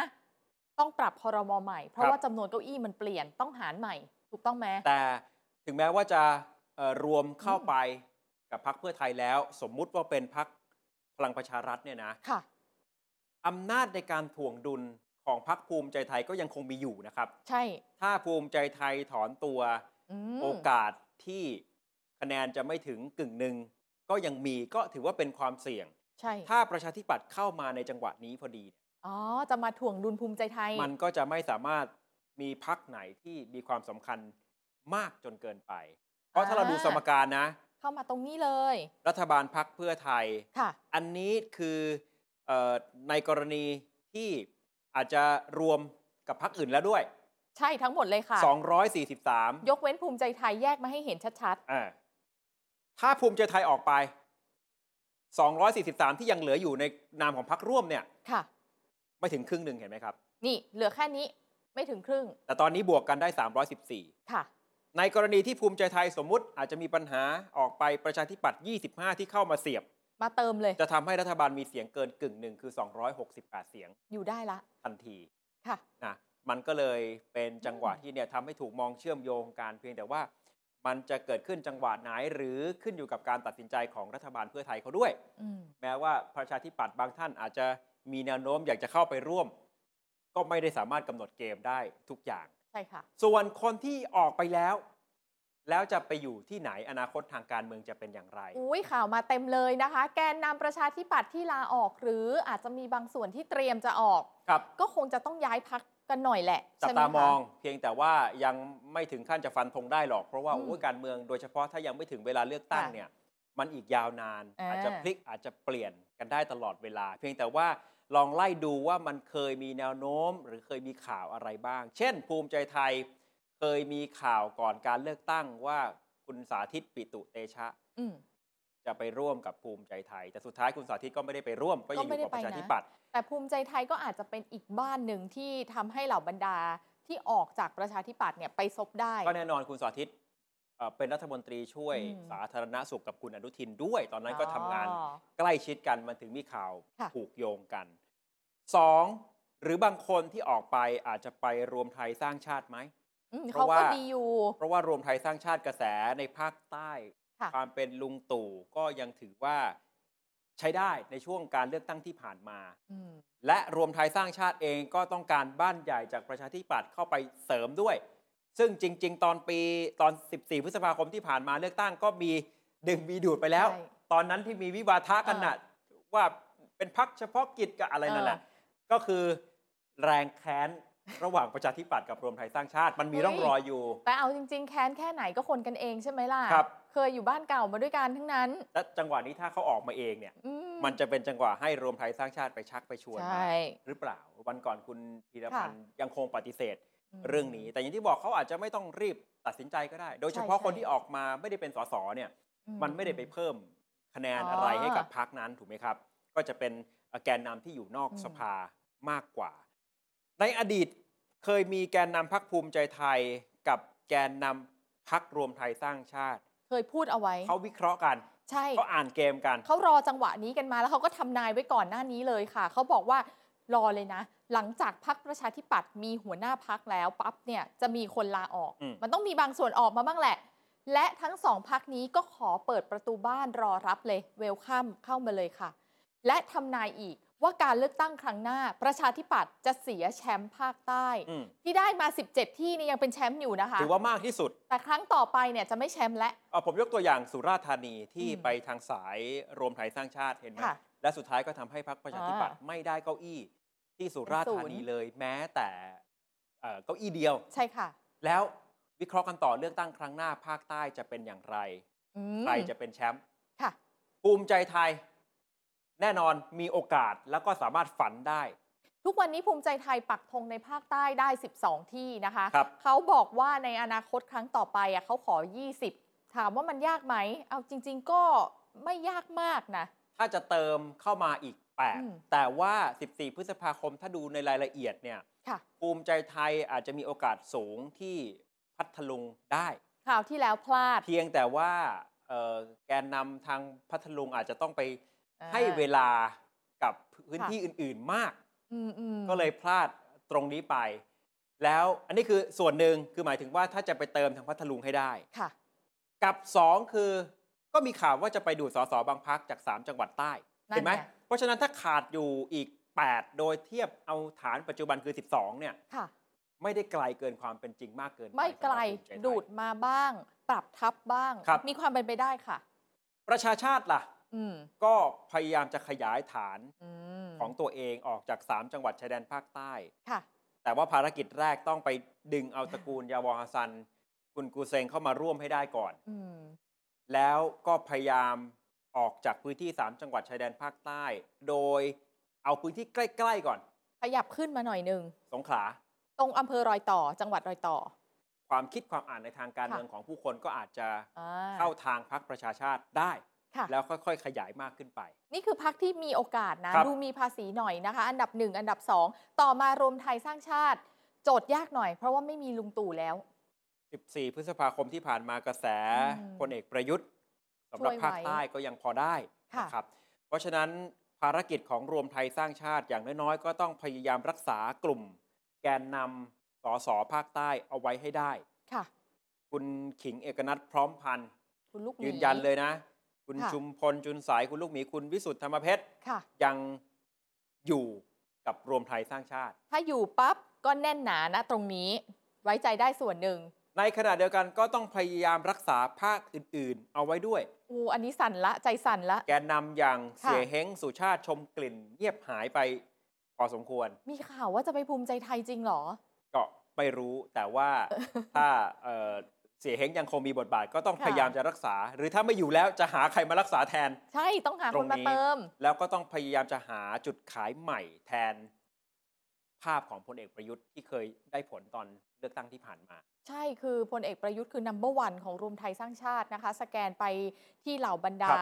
Speaker 3: ต้องปรับคอรมอใหม่ เพ
Speaker 2: ค
Speaker 3: ราะ
Speaker 2: รับ
Speaker 3: ว่าจำนวนเก้าอี้มันเปลี่ยนต้องหารใหม่ ถูกต้องไหม
Speaker 2: แต่ถึงแม้ว่าจะเอ่อรวมเข้าไปกับพักเพื่อไทยแล้ว สมมุติว่าเป็นพักพลังประชารัฐเนี่ยนะ
Speaker 3: ค่ะ
Speaker 2: อำนาจในการถ่วงดุลของพักภูมิใจไทยก็ยังคงมีอยู่นะครับ
Speaker 3: ใช่
Speaker 2: ถ้าภูมิใจไทยถอนตัว
Speaker 3: อืม
Speaker 2: โอกาสที่คะแนนจะไม่ถึงกึ่งหนึ่งก็ยังมีก็ถือว่าเป็นความเสี่ยง
Speaker 3: ใช่
Speaker 2: ถ้าประชาธิปัตย์เข้ามาในจังหวะนี้พอดี
Speaker 3: อ๋อจะมาถ่วงดุลภูมิใจไทย
Speaker 2: มันก็จะไม่สามารถมีพักไหนที่มีความสำคัญมากจนเกินไป เพราะถ้าเราดูสมการนะ
Speaker 3: เข้ามาตรงนี้เลย
Speaker 2: รัฐบาลพักเพื่อไทย
Speaker 3: ค่ะ
Speaker 2: อันนี้คือเออในกรณีที่อาจจะรวมกับพักอื่นแล้วด้วย
Speaker 3: ใช่ทั้งหมดเลยค่ะ
Speaker 2: 243
Speaker 3: ยกเว้นภูมิใจไทยแยกมาให้เห็นชัด
Speaker 2: อ่าถ้าภูมิใจไทยออกไป 243 ที่ยังเหลืออยู่ในนามของพักร่วมเนี่ย
Speaker 3: ๆค่ะ
Speaker 2: ไม่ถึงครึ่งหนึ่งเห็นไหมครับ
Speaker 3: นี่เหลือแค่นี้ไม่ถึงครึ่ง
Speaker 2: แต่ตอนนี้บวกกันได้ 314
Speaker 3: ค่ะ
Speaker 2: ในกรณีที่ภูมิใจไทยสมมุติอาจจะมีปัญหาออกไปประชาธิปัตย์25 ที่เข้ามาเสียบ
Speaker 3: มาเติมเลย
Speaker 2: จะทำให้รัฐบาลมีเสียงเกินกึ่งหนึ่งคือ 268 เสียง
Speaker 3: อยู่ได้ละ
Speaker 2: ทันที
Speaker 3: ค่ะ
Speaker 2: นะ มันก็เลยเป็นจังหวะที่เนี่ยทำให้ถูกมองเชื่อมโยงกันเพียงแต่ว่ามันจะเกิดขึ้นจังหวะไหนหรือขึ้นอยู่กับการตัดสินใจของรัฐบาลเพื่อไทยเขาด้วย
Speaker 3: อืม
Speaker 2: แม้ว่าประชาธิปัตย์บางท่านอาจจะมีแนวโน้มอยากจะเข้าไปร่วม ก็ไม่ได้สามารถกำหนดเกมได้ทุกอย่าง
Speaker 3: ใช่ค่ะ
Speaker 2: ส่วนคนที่ออกไปแล้ว แล้วจะไปอยู่ที่ไหนอนาคตทางการเมืองจะเป็นอย่างไร
Speaker 3: อุ้ยข่าวมาเต็มเลยนะคะ แกนนำประชาธิปัตย์ที่ลาออก หรืออาจจะมีบางส่วนที่เตรียมจะออก
Speaker 2: ครับ
Speaker 3: ก็คงจะต้องย้ายพักกันหน่อยแหละ
Speaker 2: จับ
Speaker 3: ใช่ไหม
Speaker 2: ตาม
Speaker 3: คะ
Speaker 2: อง เพียงแต่ว่ายังไม่ถึงขั้นจะฟันธงได้หรอก เพราะว่า
Speaker 3: อืม
Speaker 2: โอ้ยการเมืองโดยเฉพาะถ้ายังไม่ถึงเวลาเลือกตั้ง
Speaker 3: ค่ะ
Speaker 2: เนี่ย มันอีกยาวนาน
Speaker 3: อ่า
Speaker 2: อาจจะพลิกอาจจะเปลี่ยนกันได้ตลอดเวลา เพียงแต่ว่าลองไล่ดูว่ามันเคยมีแนวโน้ม หรือเคยมีข่าวอะไรบ้าง เช่น ภูมิใจไทย เคยมีข่าวก่อนการเลือกตั้งว่าคุณสาธิตปิตุเตชะ
Speaker 3: อืม
Speaker 2: จะไปร่วมกับภูมิใจไทย แต่สุดท้ายคุณสาธิตก็ไม่ได้ไปร่วม ก็ยังอ
Speaker 3: ก็ไม่
Speaker 2: ยู่กับ
Speaker 3: ได้
Speaker 2: ประชา
Speaker 3: ไปนะ
Speaker 2: ธิปัตย์
Speaker 3: แต่ภูมิใจไทยก็อาจจะเป็นอีกบ้านหนึ่งที่ทำให้เหล่าบรรดาที่ออกจากประชาธิปัตย์เนี่ยไปซบได้
Speaker 2: ก็แน่นอนคุณสาธิตเอ่อเป็นรัฐมนตรีช่วย
Speaker 3: อืม
Speaker 2: สาธารณสุขกับคุณอนุทินด้วย ตอนนั้นก็ทำงาน
Speaker 3: อ๋อ
Speaker 2: ใกล้ชิดกันมันถึงมีข่าว
Speaker 3: ค่ะ
Speaker 2: ผูกโยงกันสองหรือบางคนที่ออกไปอาจจะไปรวมไทยสร้างชาติไหม
Speaker 3: อืม
Speaker 2: เพ
Speaker 3: เขา
Speaker 2: ราะว่า
Speaker 3: ก็ดีอยู่
Speaker 2: เพราะว่ารวมไทยสร้างชาติกระแสในภาคใต้
Speaker 3: ค่ะ
Speaker 2: ความเป็นลุงตู่ก็ยังถือว่าใช้ได้ในช่วงการเลือกตั้งที่ผ่านมา
Speaker 3: อืม
Speaker 2: และรวมไทยสร้างชาติเองก็ต้องการบ้านใหญ่จากประชาธิปัตย์เข้าไปเสริมด้วย ซึ่งจริง ๆ ตอนปีตอน 14 พฤษภาคมที่ผ่านมาเลือกตั้งก็มีดึงมีดูดไปแล้ว
Speaker 3: ใช่
Speaker 2: ตอนนั้นที่มีวิวาทะกันนะว่าเป็นพักเฉพาะกิจกับอะไรนั่นแหละ ก็คือแรงแค้นระหว่างประชาธิปัตย์กับรวมไทยสร้างชาติ มันมี
Speaker 3: เฮ้ย
Speaker 2: ร่องรอยอยู่
Speaker 3: แต่เอาจริง ๆ แค้นแค่ไหนก็คนกันเองใช่ไหมล่ะ
Speaker 2: ครับ
Speaker 3: เคยอยู่บ้านเก่ามาด้วยกันทั้งนั้น
Speaker 2: และจังหวะนี้ถ้าเขาออกมาเองเนี่ย
Speaker 3: อื
Speaker 2: มันจะเป็นจังหวะให้รวมไทยสร้างชาติไปชักไปชวนมา
Speaker 3: ใช่
Speaker 2: หรือเปล่าวันก่อนคุณพีรพันธ์ยังคงปฏิเสธ
Speaker 3: อืม
Speaker 2: เรื่องนี้ แต่อย่างที่บอกเขาอาจจะไม่ต้องรีบตัดสินใจก็ได้ โดยเฉพาะ
Speaker 3: ใช่
Speaker 2: คนที่ออกมาไม่ได้เป็นสสเนี่ย
Speaker 3: อื
Speaker 2: มันไม่ได้ไปเพิ่มคะแนน
Speaker 3: อ๋ออ
Speaker 2: อะไรให้กับพรรคนั้นถูกไหมครับ ก็จะเป็นแกนนำที่อยู่นอก
Speaker 3: อืม
Speaker 2: สภามากกว่า ในอดีตเคยมีแกนนำพรรคภูมิใจไทย กับแกนนำพรรครวมไทยสร้างชาติ
Speaker 3: เคยพูดเอาไว้
Speaker 2: เขาวิเคราะห์กัน
Speaker 3: ใช่
Speaker 2: เขาอ่านเกมกัน
Speaker 3: เขารอจังหวะนี้กันมาแล้วเขาก็ทำนายไว้ก่อนหน้านี้เลยค่ะ เขาบอกว่ารอเลยนะ หลังจากพักประชาธิปัตย์มีหัวหน้าพักแล้วปั๊บเนี่ยจะมีคนลาออก
Speaker 2: อืม
Speaker 3: มันต้องมีบางส่วนออกมาบ้างแหละ และทั้งสองพักนี้ก็ขอเปิดประตูบ้านรอรับเลยเวลคัมเข้ามาเลยค่ะ และทำนายอีกว่าการเลือกตั้งครั้งหน้า ประชาธิปัตย์จะเสียแชมป์ภาคใต้
Speaker 2: อืม
Speaker 3: ที่ได้มา 17 ที่เนี่ยยังเป็นแชมป์อยู่นะคะ
Speaker 2: ถือว่ามากที่สุด
Speaker 3: แต่ครั้งต่อไปเนี่ยจะไม่แชมป์และ
Speaker 2: เอาผมยกตัวอย่างสุราษฎร์ธานีที่
Speaker 3: อืม
Speaker 2: ไปทางสายรวมไทยสร้างชาติเห็นไหม
Speaker 3: ค่ะ
Speaker 2: และสุดท้ายก็ทำให้พรรคประชาธิปัตย์ไม่ได้เก้าอี้ ที่สุราษฎร์ธานี
Speaker 3: ศูนย์
Speaker 2: เลยแม้แต่เอ่อเก้าอี้เดียว
Speaker 3: ใช่ค่ะ
Speaker 2: แล้ววิเคราะห์กันต่อเลือกตั้งครั้งหน้าภาคใต้จะเป็นอย่างไร
Speaker 3: อืม
Speaker 2: ใครจะเป็นแชมป์
Speaker 3: ค่ะ
Speaker 2: ภูมิใจไทย แน่นอนมีโอกาสแล้วก็สามารถฝันได้
Speaker 3: ทุกวันนี้ภูมิใจไทยปักธงในภาคใต้ได้ 12 ที่นะคะ
Speaker 2: ครับ
Speaker 3: เขาบอกว่าในอนาคตครั้งต่อไปอ่ะเขาขอ 20 ถามว่ามันยากไหม เอาจริง ๆ ก็ไม่ยากมากนะ
Speaker 2: ถ้าจะเติมเข้ามาอีก
Speaker 3: อืม
Speaker 2: 8 แต่ว่า 14 พฤษภาคมถ้าดูในรายละเอียดเนี่ย
Speaker 3: ค่ะ
Speaker 2: ภูมิใจไทยอาจจะมีโอกาสสูงที่พัทลุงได้
Speaker 3: ข่าวที่แล้วพลาด
Speaker 2: เพียงแต่ว่าเอ่อแกนนำทางพัทลุงอาจจะต้องไป
Speaker 3: อ่า
Speaker 2: ให้เวลากับพื้น
Speaker 3: ค่ะ
Speaker 2: ที่อื่น ๆ มาก
Speaker 3: อืมอืม
Speaker 2: ก็เลยพลาดตรงนี้ไป แล้วอันนี้คือส่วนหนึ่งคือหมายถึงว่าถ้าจะไปเติมทางพัทลุงให้ได้
Speaker 3: ค่ะ
Speaker 2: กับ 2 คือก็มีข่าวว่าจะไปดูดสสบางพักจาก 3 จังหวัดใต้
Speaker 3: นั่นไง
Speaker 2: เห็นไหม เพราะฉะนั้นถ้าขาดอยู่อีก 8 โดยเทียบเอาฐานปัจจุบันคือ 12 เนี่ย
Speaker 3: ค่ะ
Speaker 2: ไม่ได้ไกลเกินความเป็นจริงมากเกินป
Speaker 3: ไม่ไกล
Speaker 2: สำหรับภูมิใจไทย
Speaker 3: ดูดมาบ้าง ปรับทับบ้าง
Speaker 2: ครับ
Speaker 3: มีความเป็นไปได้ค่ะ
Speaker 2: ประชาชาติล่ะ
Speaker 3: อืม
Speaker 2: ก็พยายามจะขยายฐาน
Speaker 3: อืม
Speaker 2: ของตัวเองออกจาก 3 จังหวัดชายแดนภาคใต้
Speaker 3: ค่ะ
Speaker 2: แต่ว่าภารกิจแรกต้องไปดึงเอาตระกูลยาวอฮัสซัน คุณกูเซงเข้ามาร่วมให้ได้ก่อน
Speaker 3: อืม
Speaker 2: แล้วก็พยายามออกจากพื้นที่ 3 จังหวัดชายแดนภาคใต้ โดยเอาพื้นที่ใกล้ ๆ ก่อน
Speaker 3: ขยับขึ้นมาหน่อยหนึ่ง
Speaker 2: สงขลา
Speaker 3: ตรงอำเภอรอยต่อ จังหวัดรอยต่อ
Speaker 2: ความคิดความอ่านในทางการ
Speaker 3: ค่ะ
Speaker 2: เมืองของผู้คนก็อาจจะ
Speaker 3: อ่
Speaker 2: เข้าทางพักประชาชาติได้
Speaker 3: ค่ะ
Speaker 2: แล้วค่อยๆ ขยายมากขึ้นไป
Speaker 3: นี่คือพักที่มีโอกาสนะ
Speaker 2: ครับ
Speaker 3: ดูมีภาษีหน่อยนะคะ อันดับหนึ่งอันดับสองต่อมารวมไทยสร้างชาติ โจทย์ยากหน่อย เพราะว่าไม่มีลุงตู่แล้ว
Speaker 2: 14 พฤษภาคมที่ผ่านมากระแส
Speaker 3: อืม
Speaker 2: พลเอกประยุทธ์สำหรับ
Speaker 3: ช่วยไว้
Speaker 2: ภาคใต้ก็ยังพอได้
Speaker 3: ค่ะ
Speaker 2: นะครับ เพราะฉะนั้นภารกิจของรวมไทยสร้างชาติอย่างน้อยๆ ก็ต้องพยายามรักษากลุ่ม แกนนำ สสภาคใต้เอาไว้ให้ได้
Speaker 3: ค่ะ
Speaker 2: คุณขิงเอกนัทพร้อมพันธ์
Speaker 3: คุณลูกหมี
Speaker 2: ยืนยันเลยนะ คุณ
Speaker 3: ค่ะ
Speaker 2: ชุมพลจุนสายคุณลูกหมีคุณวิสุทธ์ธรรมเพชร
Speaker 3: ค่ะ
Speaker 2: ยังอยู่กับรวมไทยสร้างชาติ
Speaker 3: ถ้าอยู่ปั๊บก็แน่นหนานะตรงนี้ ไว้ใจได้ส่วนหนึ่ง
Speaker 2: ในขณะเดียวกันก็ต้องพยายามรักษาภาคอื่น ๆ เอาไว้ด้วย
Speaker 3: อูอันนี้สั่นละใจสั่นละ
Speaker 2: แกนนำอย่าง
Speaker 3: ค่ะ
Speaker 2: เสียเฮงสุชาติชมกลิ่น เงียบหายไปพอสมควร
Speaker 3: มีข่าวว่าจะไปภูมิใจไทยจริงเหรอ
Speaker 2: ก็ไม่รู้แต่ว่าถ้าเอ่อเสียเฮงยังคงมีบทบาทก็ต้อง
Speaker 3: ค่ะ
Speaker 2: พยายามจะรักษา หรือถ้าไม่อยู่แล้วจะหาใครมารักษาแทน
Speaker 3: ใช่ต้องหาคนมาเติม
Speaker 2: แล้วก็ต้องพยายามจะหาจุดขายใหม่แทน ภาพของพลเอกประยุทธ์ที่เคยได้ผลตอนเลือกตั้งที่ผ่านมา
Speaker 3: ใช่คือพลเอกประยุทธ์คือ number one ของรวมไทยสร้างชาตินะคะ สแกนไปที่เหล่าบรรดา
Speaker 2: ครับ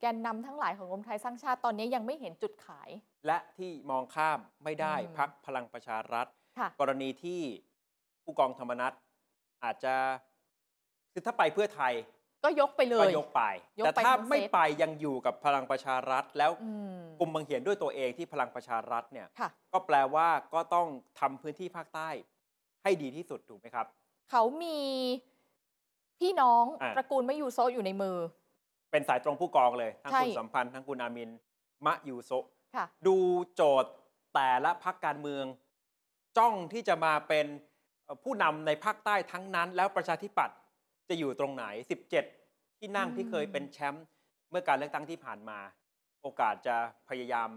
Speaker 3: แกนนำทั้งหลายของรวมไทยสร้างชาติตอนนี้ยังไม่เห็นจุดขาย
Speaker 2: และที่มองข้ามไม่ได้
Speaker 3: อืม
Speaker 2: พักพลังประชารัฐ
Speaker 3: ค่ะ
Speaker 2: กรณีที่ผู้กองธรรมนัฐอาจจะคือถ้าไปเพื่อไทย
Speaker 3: ก็ยกไปเล
Speaker 2: ก็
Speaker 3: ย
Speaker 2: ยกไป
Speaker 3: ยก
Speaker 2: แต่
Speaker 3: ไป
Speaker 2: ถ้า
Speaker 3: ทั้งเซต
Speaker 2: ไม่ไปยังอยู่กับพลังประชารัฐ แล้ว
Speaker 3: อืม
Speaker 2: กลุ่มบังเหียนด้วยตัวเองที่พลังประชารัฐเนี่ย
Speaker 3: ค่ะ
Speaker 2: ก็แปลว่าก็ต้องทำพื้นที่ภาคใต้ให้ดีที่สุดถูกไหมครับ
Speaker 3: เขามีพี่น้อง
Speaker 2: อ่า
Speaker 3: ตระกูลไม่ยูโซะอยู่ในมือ
Speaker 2: เป็นสายตรงผู้กองเลย ทั้ง
Speaker 3: ใช่
Speaker 2: คุณสัมพันธ์ทั้งคุณอามิน มะยูโซะ
Speaker 3: ค่ะ
Speaker 2: ดูโจทย์แต่ละพักการเมือง จ้องที่จะมาเป็นเอ่อผู้นำในภาคใต้ทั้งนั้น แล้วประชาธิปัตย์จะอยู่ตรงไหน 17 ที่นั่ง
Speaker 3: อืม
Speaker 2: ที่เคยเป็นแชมป์เมื่อการเลือกตั้งที่ผ่านมา โอกาสจะพยายาม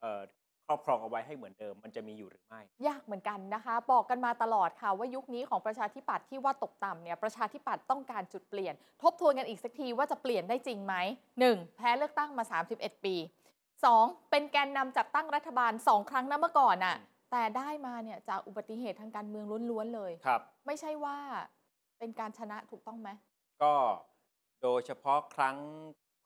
Speaker 2: เอ่อครอบครองเอาไว้ให้เหมือนเดิม มันจะมีอยู่หรือไม่
Speaker 3: ยากเหมือนกันนะคะ บอกกันมาตลอดค่ะ ว่ายุคนี้ของประชาธิปัตย์ที่ว่าตกต่ำเนี่ยประชาธิปัตย์ต้องการจุดเปลี่ยน ทบทวนกันอีกสักทีว่าจะเปลี่ยนได้จริงไหม 1. แพ้เลือกตั้งมา 31 ปี 2. เป็นแกนนำจัดตั้งรัฐบาล 2 ครั้งนะเมื่อก่อนน่ะ
Speaker 2: อืม
Speaker 3: แต่ได้มาเนี่ยจากอุบัติเหตุทางการเมืองล้วนๆเลย
Speaker 2: ครับ
Speaker 3: ไม่ใช่ว่าเป็นการชนะถูกต้องไหม
Speaker 2: ก็โดยเฉพาะครั้ง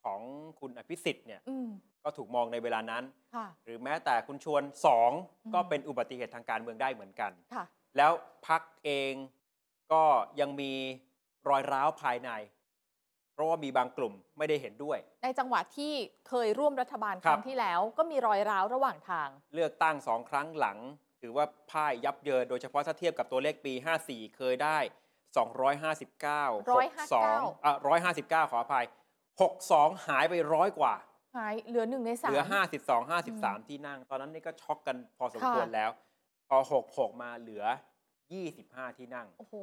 Speaker 2: ของคุณอภิสิทธิ์เนี่ย
Speaker 3: อืม
Speaker 2: ก็ถูกมองในเวลานั้น
Speaker 3: ค่ะ
Speaker 2: หรือแม้แต่คุณชวนสอง
Speaker 3: อืม
Speaker 2: ก็เป็นอุบัติเหตุทางการเมืองได้เหมือนกัน
Speaker 3: ค่ะ
Speaker 2: แล้วพักเองก็ยังมีรอยร้าวภายใน เพราะว่ามีบางกลุ่มไม่ได้เห็นด้วย
Speaker 3: ในจังหวะที่เคยร่วมรัฐบาล
Speaker 2: ค
Speaker 3: ครับ รั้งที่แล้ว ก็มีรอยร้าวระหว่างทาง
Speaker 2: เลือกตั้งสองครั้งหลัง ถือว่าพ่ายยับเยินโดยเฉพาะถ้าเทียบกับตัวเลขปี 54 เคยได้ 259
Speaker 3: 159
Speaker 2: 62อ่ะ159 ขออภัย 62 หายไปร้อยกว่า
Speaker 3: หายเหลือหนึ่งในสา
Speaker 2: เหลือ
Speaker 3: ม
Speaker 2: 52
Speaker 3: อืม
Speaker 2: 53 ที่นั่ง ตอนนั้นนี่ก็ช็อกกันพอสมควร
Speaker 3: ค่ะ
Speaker 2: แล้ว พอ 66 มาเหลือ 25 ที่นั่ง
Speaker 3: โอ้โห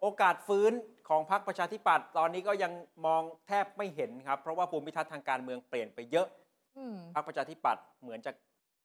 Speaker 2: โอกาสฟื้นของพรรคประชาธิปัตย์ตอนนี้ก็ยังมองแทบไม่เห็นครับ เพราะว่าภูมิทัศน์ทางการเมืองเปลี่ยนไปเยอะ
Speaker 3: อืม
Speaker 2: พรรคประชาธิปัตย์เหมือนจะ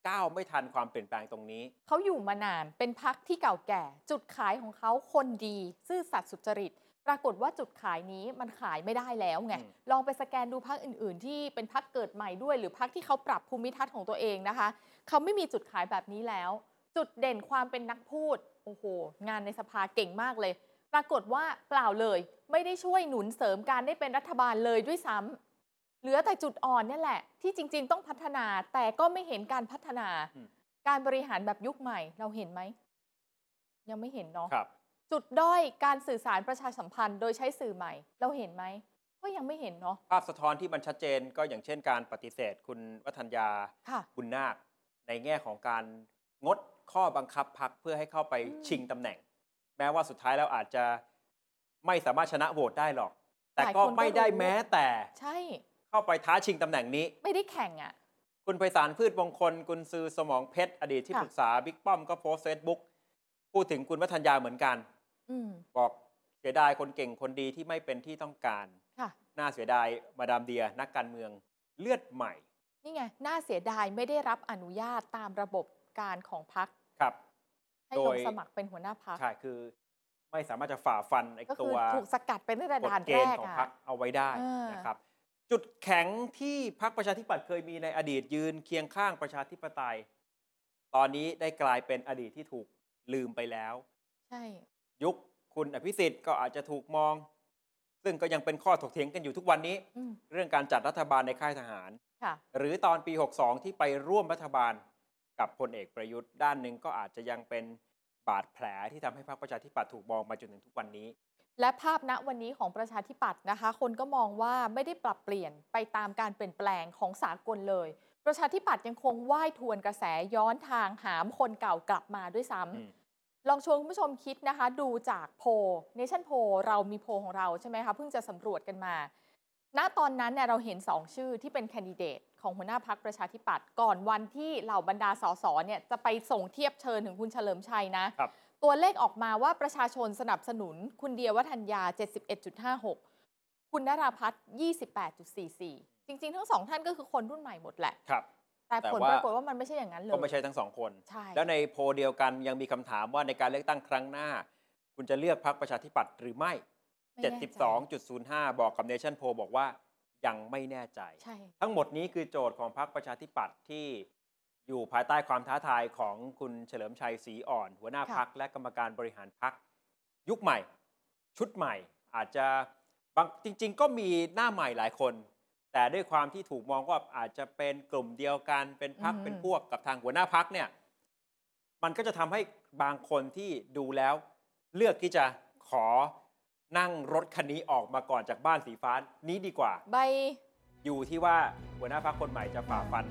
Speaker 2: ก้าวไม่ทันความเปลี่ยนแปลงตรงนี้
Speaker 3: เขาอยู่มานานเป็นพักที่เก่าแก่ จุดขายของเขาคนดี ซื่อสัตย์สุจริต ปรากฏว่าจุดขายนี้มันขายไม่ได้แล้วไง
Speaker 2: อืม
Speaker 3: ลองไปสแกนดูพักอื่น ๆ ที่เป็นพักเกิดใหม่ด้วย หรือพักที่เขาปรับภูมิทัศน์ของตัวเองนะคะ เขาไม่มีจุดขายแบบนี้แล้ว จุดเด่นความเป็นนักพูด โอ้โห งานในสภาเก่งมากเลย ปรากฏว่าเปล่าเลย ไม่ได้ช่วยหนุนเสริมการได้เป็นรัฐบาลเลยด้วยซ้ำเหลือแต่จุดอ่อนเนี่ยแหละ ที่จริง ๆ ต้องพัฒนาแต่ก็ไม่เห็นการพัฒนา
Speaker 2: อืม
Speaker 3: การบริหารแบบยุคใหม่ เราเห็นไหม ยังไม่เห็นเนาะ
Speaker 2: ครับ
Speaker 3: จุดด้อยการสื่อสารประชาสัมพันธ์ โดยใช้สื่อใหม่ เราเห็นไหมก็ยังไม่เห็นเนาะ
Speaker 2: ภาพสะท้อนที่มันชัดเจนก็อย่างเช่นการปฏิเสธ คุณวัฒนยา
Speaker 3: ค่ะ
Speaker 2: บุญนาค ในแง่ของการงดข้อบังคับพักเพื่อให้เข้าไป
Speaker 3: อืม
Speaker 2: ชิงตำแหน่ง แม้ว่าสุดท้ายแล้วอาจจะไม่สามารถชนะโหวตได้หรอก แต่
Speaker 3: หลายคนก็
Speaker 2: ก็ไม่ได้
Speaker 3: รู้
Speaker 2: แม้แต่
Speaker 3: ใช่
Speaker 2: เข้าไปท้าชิงตำแหน่งนี้
Speaker 3: ไม่ได้แข่งอะ
Speaker 2: คุณไพศาลพืชมงคล กุณซือสมองเพชร อดีตที่
Speaker 3: ค่ะ
Speaker 2: ปรึกษาบิ๊กป้อมก็โพสต์เฟซบุ๊กพูดถึงคุณวัฒนยาเหมือนกัน
Speaker 3: อืม
Speaker 2: บอกเสียดายคนเก่งคนดีที่ไม่เป็นที่ต้องการ
Speaker 3: ค่ะ
Speaker 2: น่าเสียดายมาดามเดียนักการเมืองเลือดใหม่
Speaker 3: นี่ไง น่าเสียดายไม่ได้รับอนุญาตตามระบบการของพัก
Speaker 2: ครับ
Speaker 3: ให้
Speaker 2: โด
Speaker 3: ล
Speaker 2: ย
Speaker 3: งสมัครเป็นหัวหน้าพัก
Speaker 2: ใช่คือไม่สามารถจะฝ่าฟันไอ้ตั
Speaker 3: ก็คือ
Speaker 2: ว
Speaker 3: ถูกสกัดเป็นตั้งแต่
Speaker 2: กฎ
Speaker 3: ด่าน
Speaker 2: เก
Speaker 3: แร
Speaker 2: ณฑ์
Speaker 3: ก
Speaker 2: ของ
Speaker 3: อะ
Speaker 2: พรรคเอาไว้ได้
Speaker 3: อ่าน
Speaker 2: นะครับ จุดแข็งที่พรรคประชาธิปัตย์เคยมีในอดีตยืนเคียงข้างประชาธิปไตย ตอนนี้ได้กลายเป็นอดีตที่ถูกลืมไปแล้ว
Speaker 3: ใช่
Speaker 2: ยุคคุณอภิสิทธิ์ก็อาจจะถูกมอง ซึ่งก็ยังเป็นข้อถกเถียงกันอยู่ทุกวันนี้
Speaker 3: อืม
Speaker 2: เรื่องการจัดรัฐบาลในค่ายทหาร
Speaker 3: ค่ะ
Speaker 2: หรือตอนปี 62 ที่ไปร่วมรัฐบาลกับพลเอกประยุทธ์ด้านหนึ่งก็อาจจะยังเป็นบาดแผลที่ทำให้พรรคประชาธิปัตย์ถูกมองมาจนถึงทุกวันนี้
Speaker 3: และภาพณวันนี้ของประชาธิปัตย์นะคะ คนก็มองว่าไม่ได้ปรับเปลี่ยนไปตามการเปลี่ยนแปลงของสากลเลย ประชาธิปัตย์ยังคงว่ายทวนกระแสย้อนทางหามคนเก่ากลับมาด้วยซ้ำ
Speaker 2: อืม
Speaker 3: ลองชวนคุณผู้ชมคิดนะคะ ดูจากโพเนชั่นโพเรามีโพของเราใช่ไหมคะ เพิ่งจะสำรวจกันมา ณตอนนั้นเนี่ยเราเห็น 2 ชื่อที่เป็นแคนดิเดตของหัวหน้าพักประชาธิปัตย์ก่อนวันที่เหล่าบรรดาสสเนี่ยจะไปส่งเทียบเชิญถึงคุณเฉลิมชัยนะ
Speaker 2: ครับ
Speaker 3: ตัวเลขออกมาว่าประชาชนสนับสนุนคุณเดียวัฒนยา 71.56 คุณนราพัฒน์28.44 จริง ๆ ทั้งสองท่านก็คือคนรุ่นใหม่หมดแหละ
Speaker 2: ครับ
Speaker 3: แต่
Speaker 2: แต่
Speaker 3: ผล
Speaker 2: ว่า
Speaker 3: ปรากฏว่ามันไม่ใช่อย่างนั้นเลย
Speaker 2: ก็ไม่ใช่ทั้งสองคน
Speaker 3: ใช่
Speaker 2: แล้วในโพลเดียวกันยังมีคำถามว่าในการเลือกตั้งครั้งหน้า คุณจะเลือกพรรคประชาธิปัตย์หรือไม่
Speaker 3: ไม่แน่ใจ
Speaker 2: 72.05 บอกกับเนชั่นโพบอกว่ายังไม่แน่ใจ
Speaker 3: ใช่
Speaker 2: ทั้งหมดนี้คือโจทย์ของพรรคประชาธิปัตย์ที่อยู่ภายใต้ความท้าทายของคุณเฉลิมชัยศรีอ่อน หัวหน้า
Speaker 3: ค่ะ
Speaker 2: พักและกรรมการบริหารพักยุคใหม่ ชุดใหม่ อาจจะบางจริง ๆ ก็มีหน้าใหม่หลายคน แต่ด้วยความที่ถูกมองว่าอาจจะเป็นกลุ่มเดียวกันเป็นพักเป็นพวกกับทางหัวหน้าพักเนี่ย มันก็จะทำให้บางคนที่ดูแล้วเลือกที่จะขอนั่งรถคันนี้ออกมาก่อนจากบ้านสีฟ้านี้ดีกว่า
Speaker 3: ใบ
Speaker 2: อยู่ที่ว่าหัวหน้าพรรคคนใหม่จะฝ่าฟัน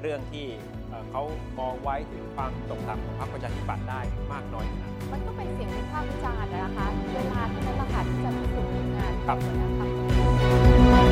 Speaker 2: เรื่องที่เอ่อเขามองไว้ถึงความตกต่ำของพรรคประชาธิปัตย์ได้มากน้อยขนาดไหน
Speaker 3: มันก็เป็นเสียงวิพากษ์วิจารณ์นะคะ เวลาเท่านั้นแหละค่ะที่จะพิสูจน์ผลงาน
Speaker 2: ครับ
Speaker 3: นะคะ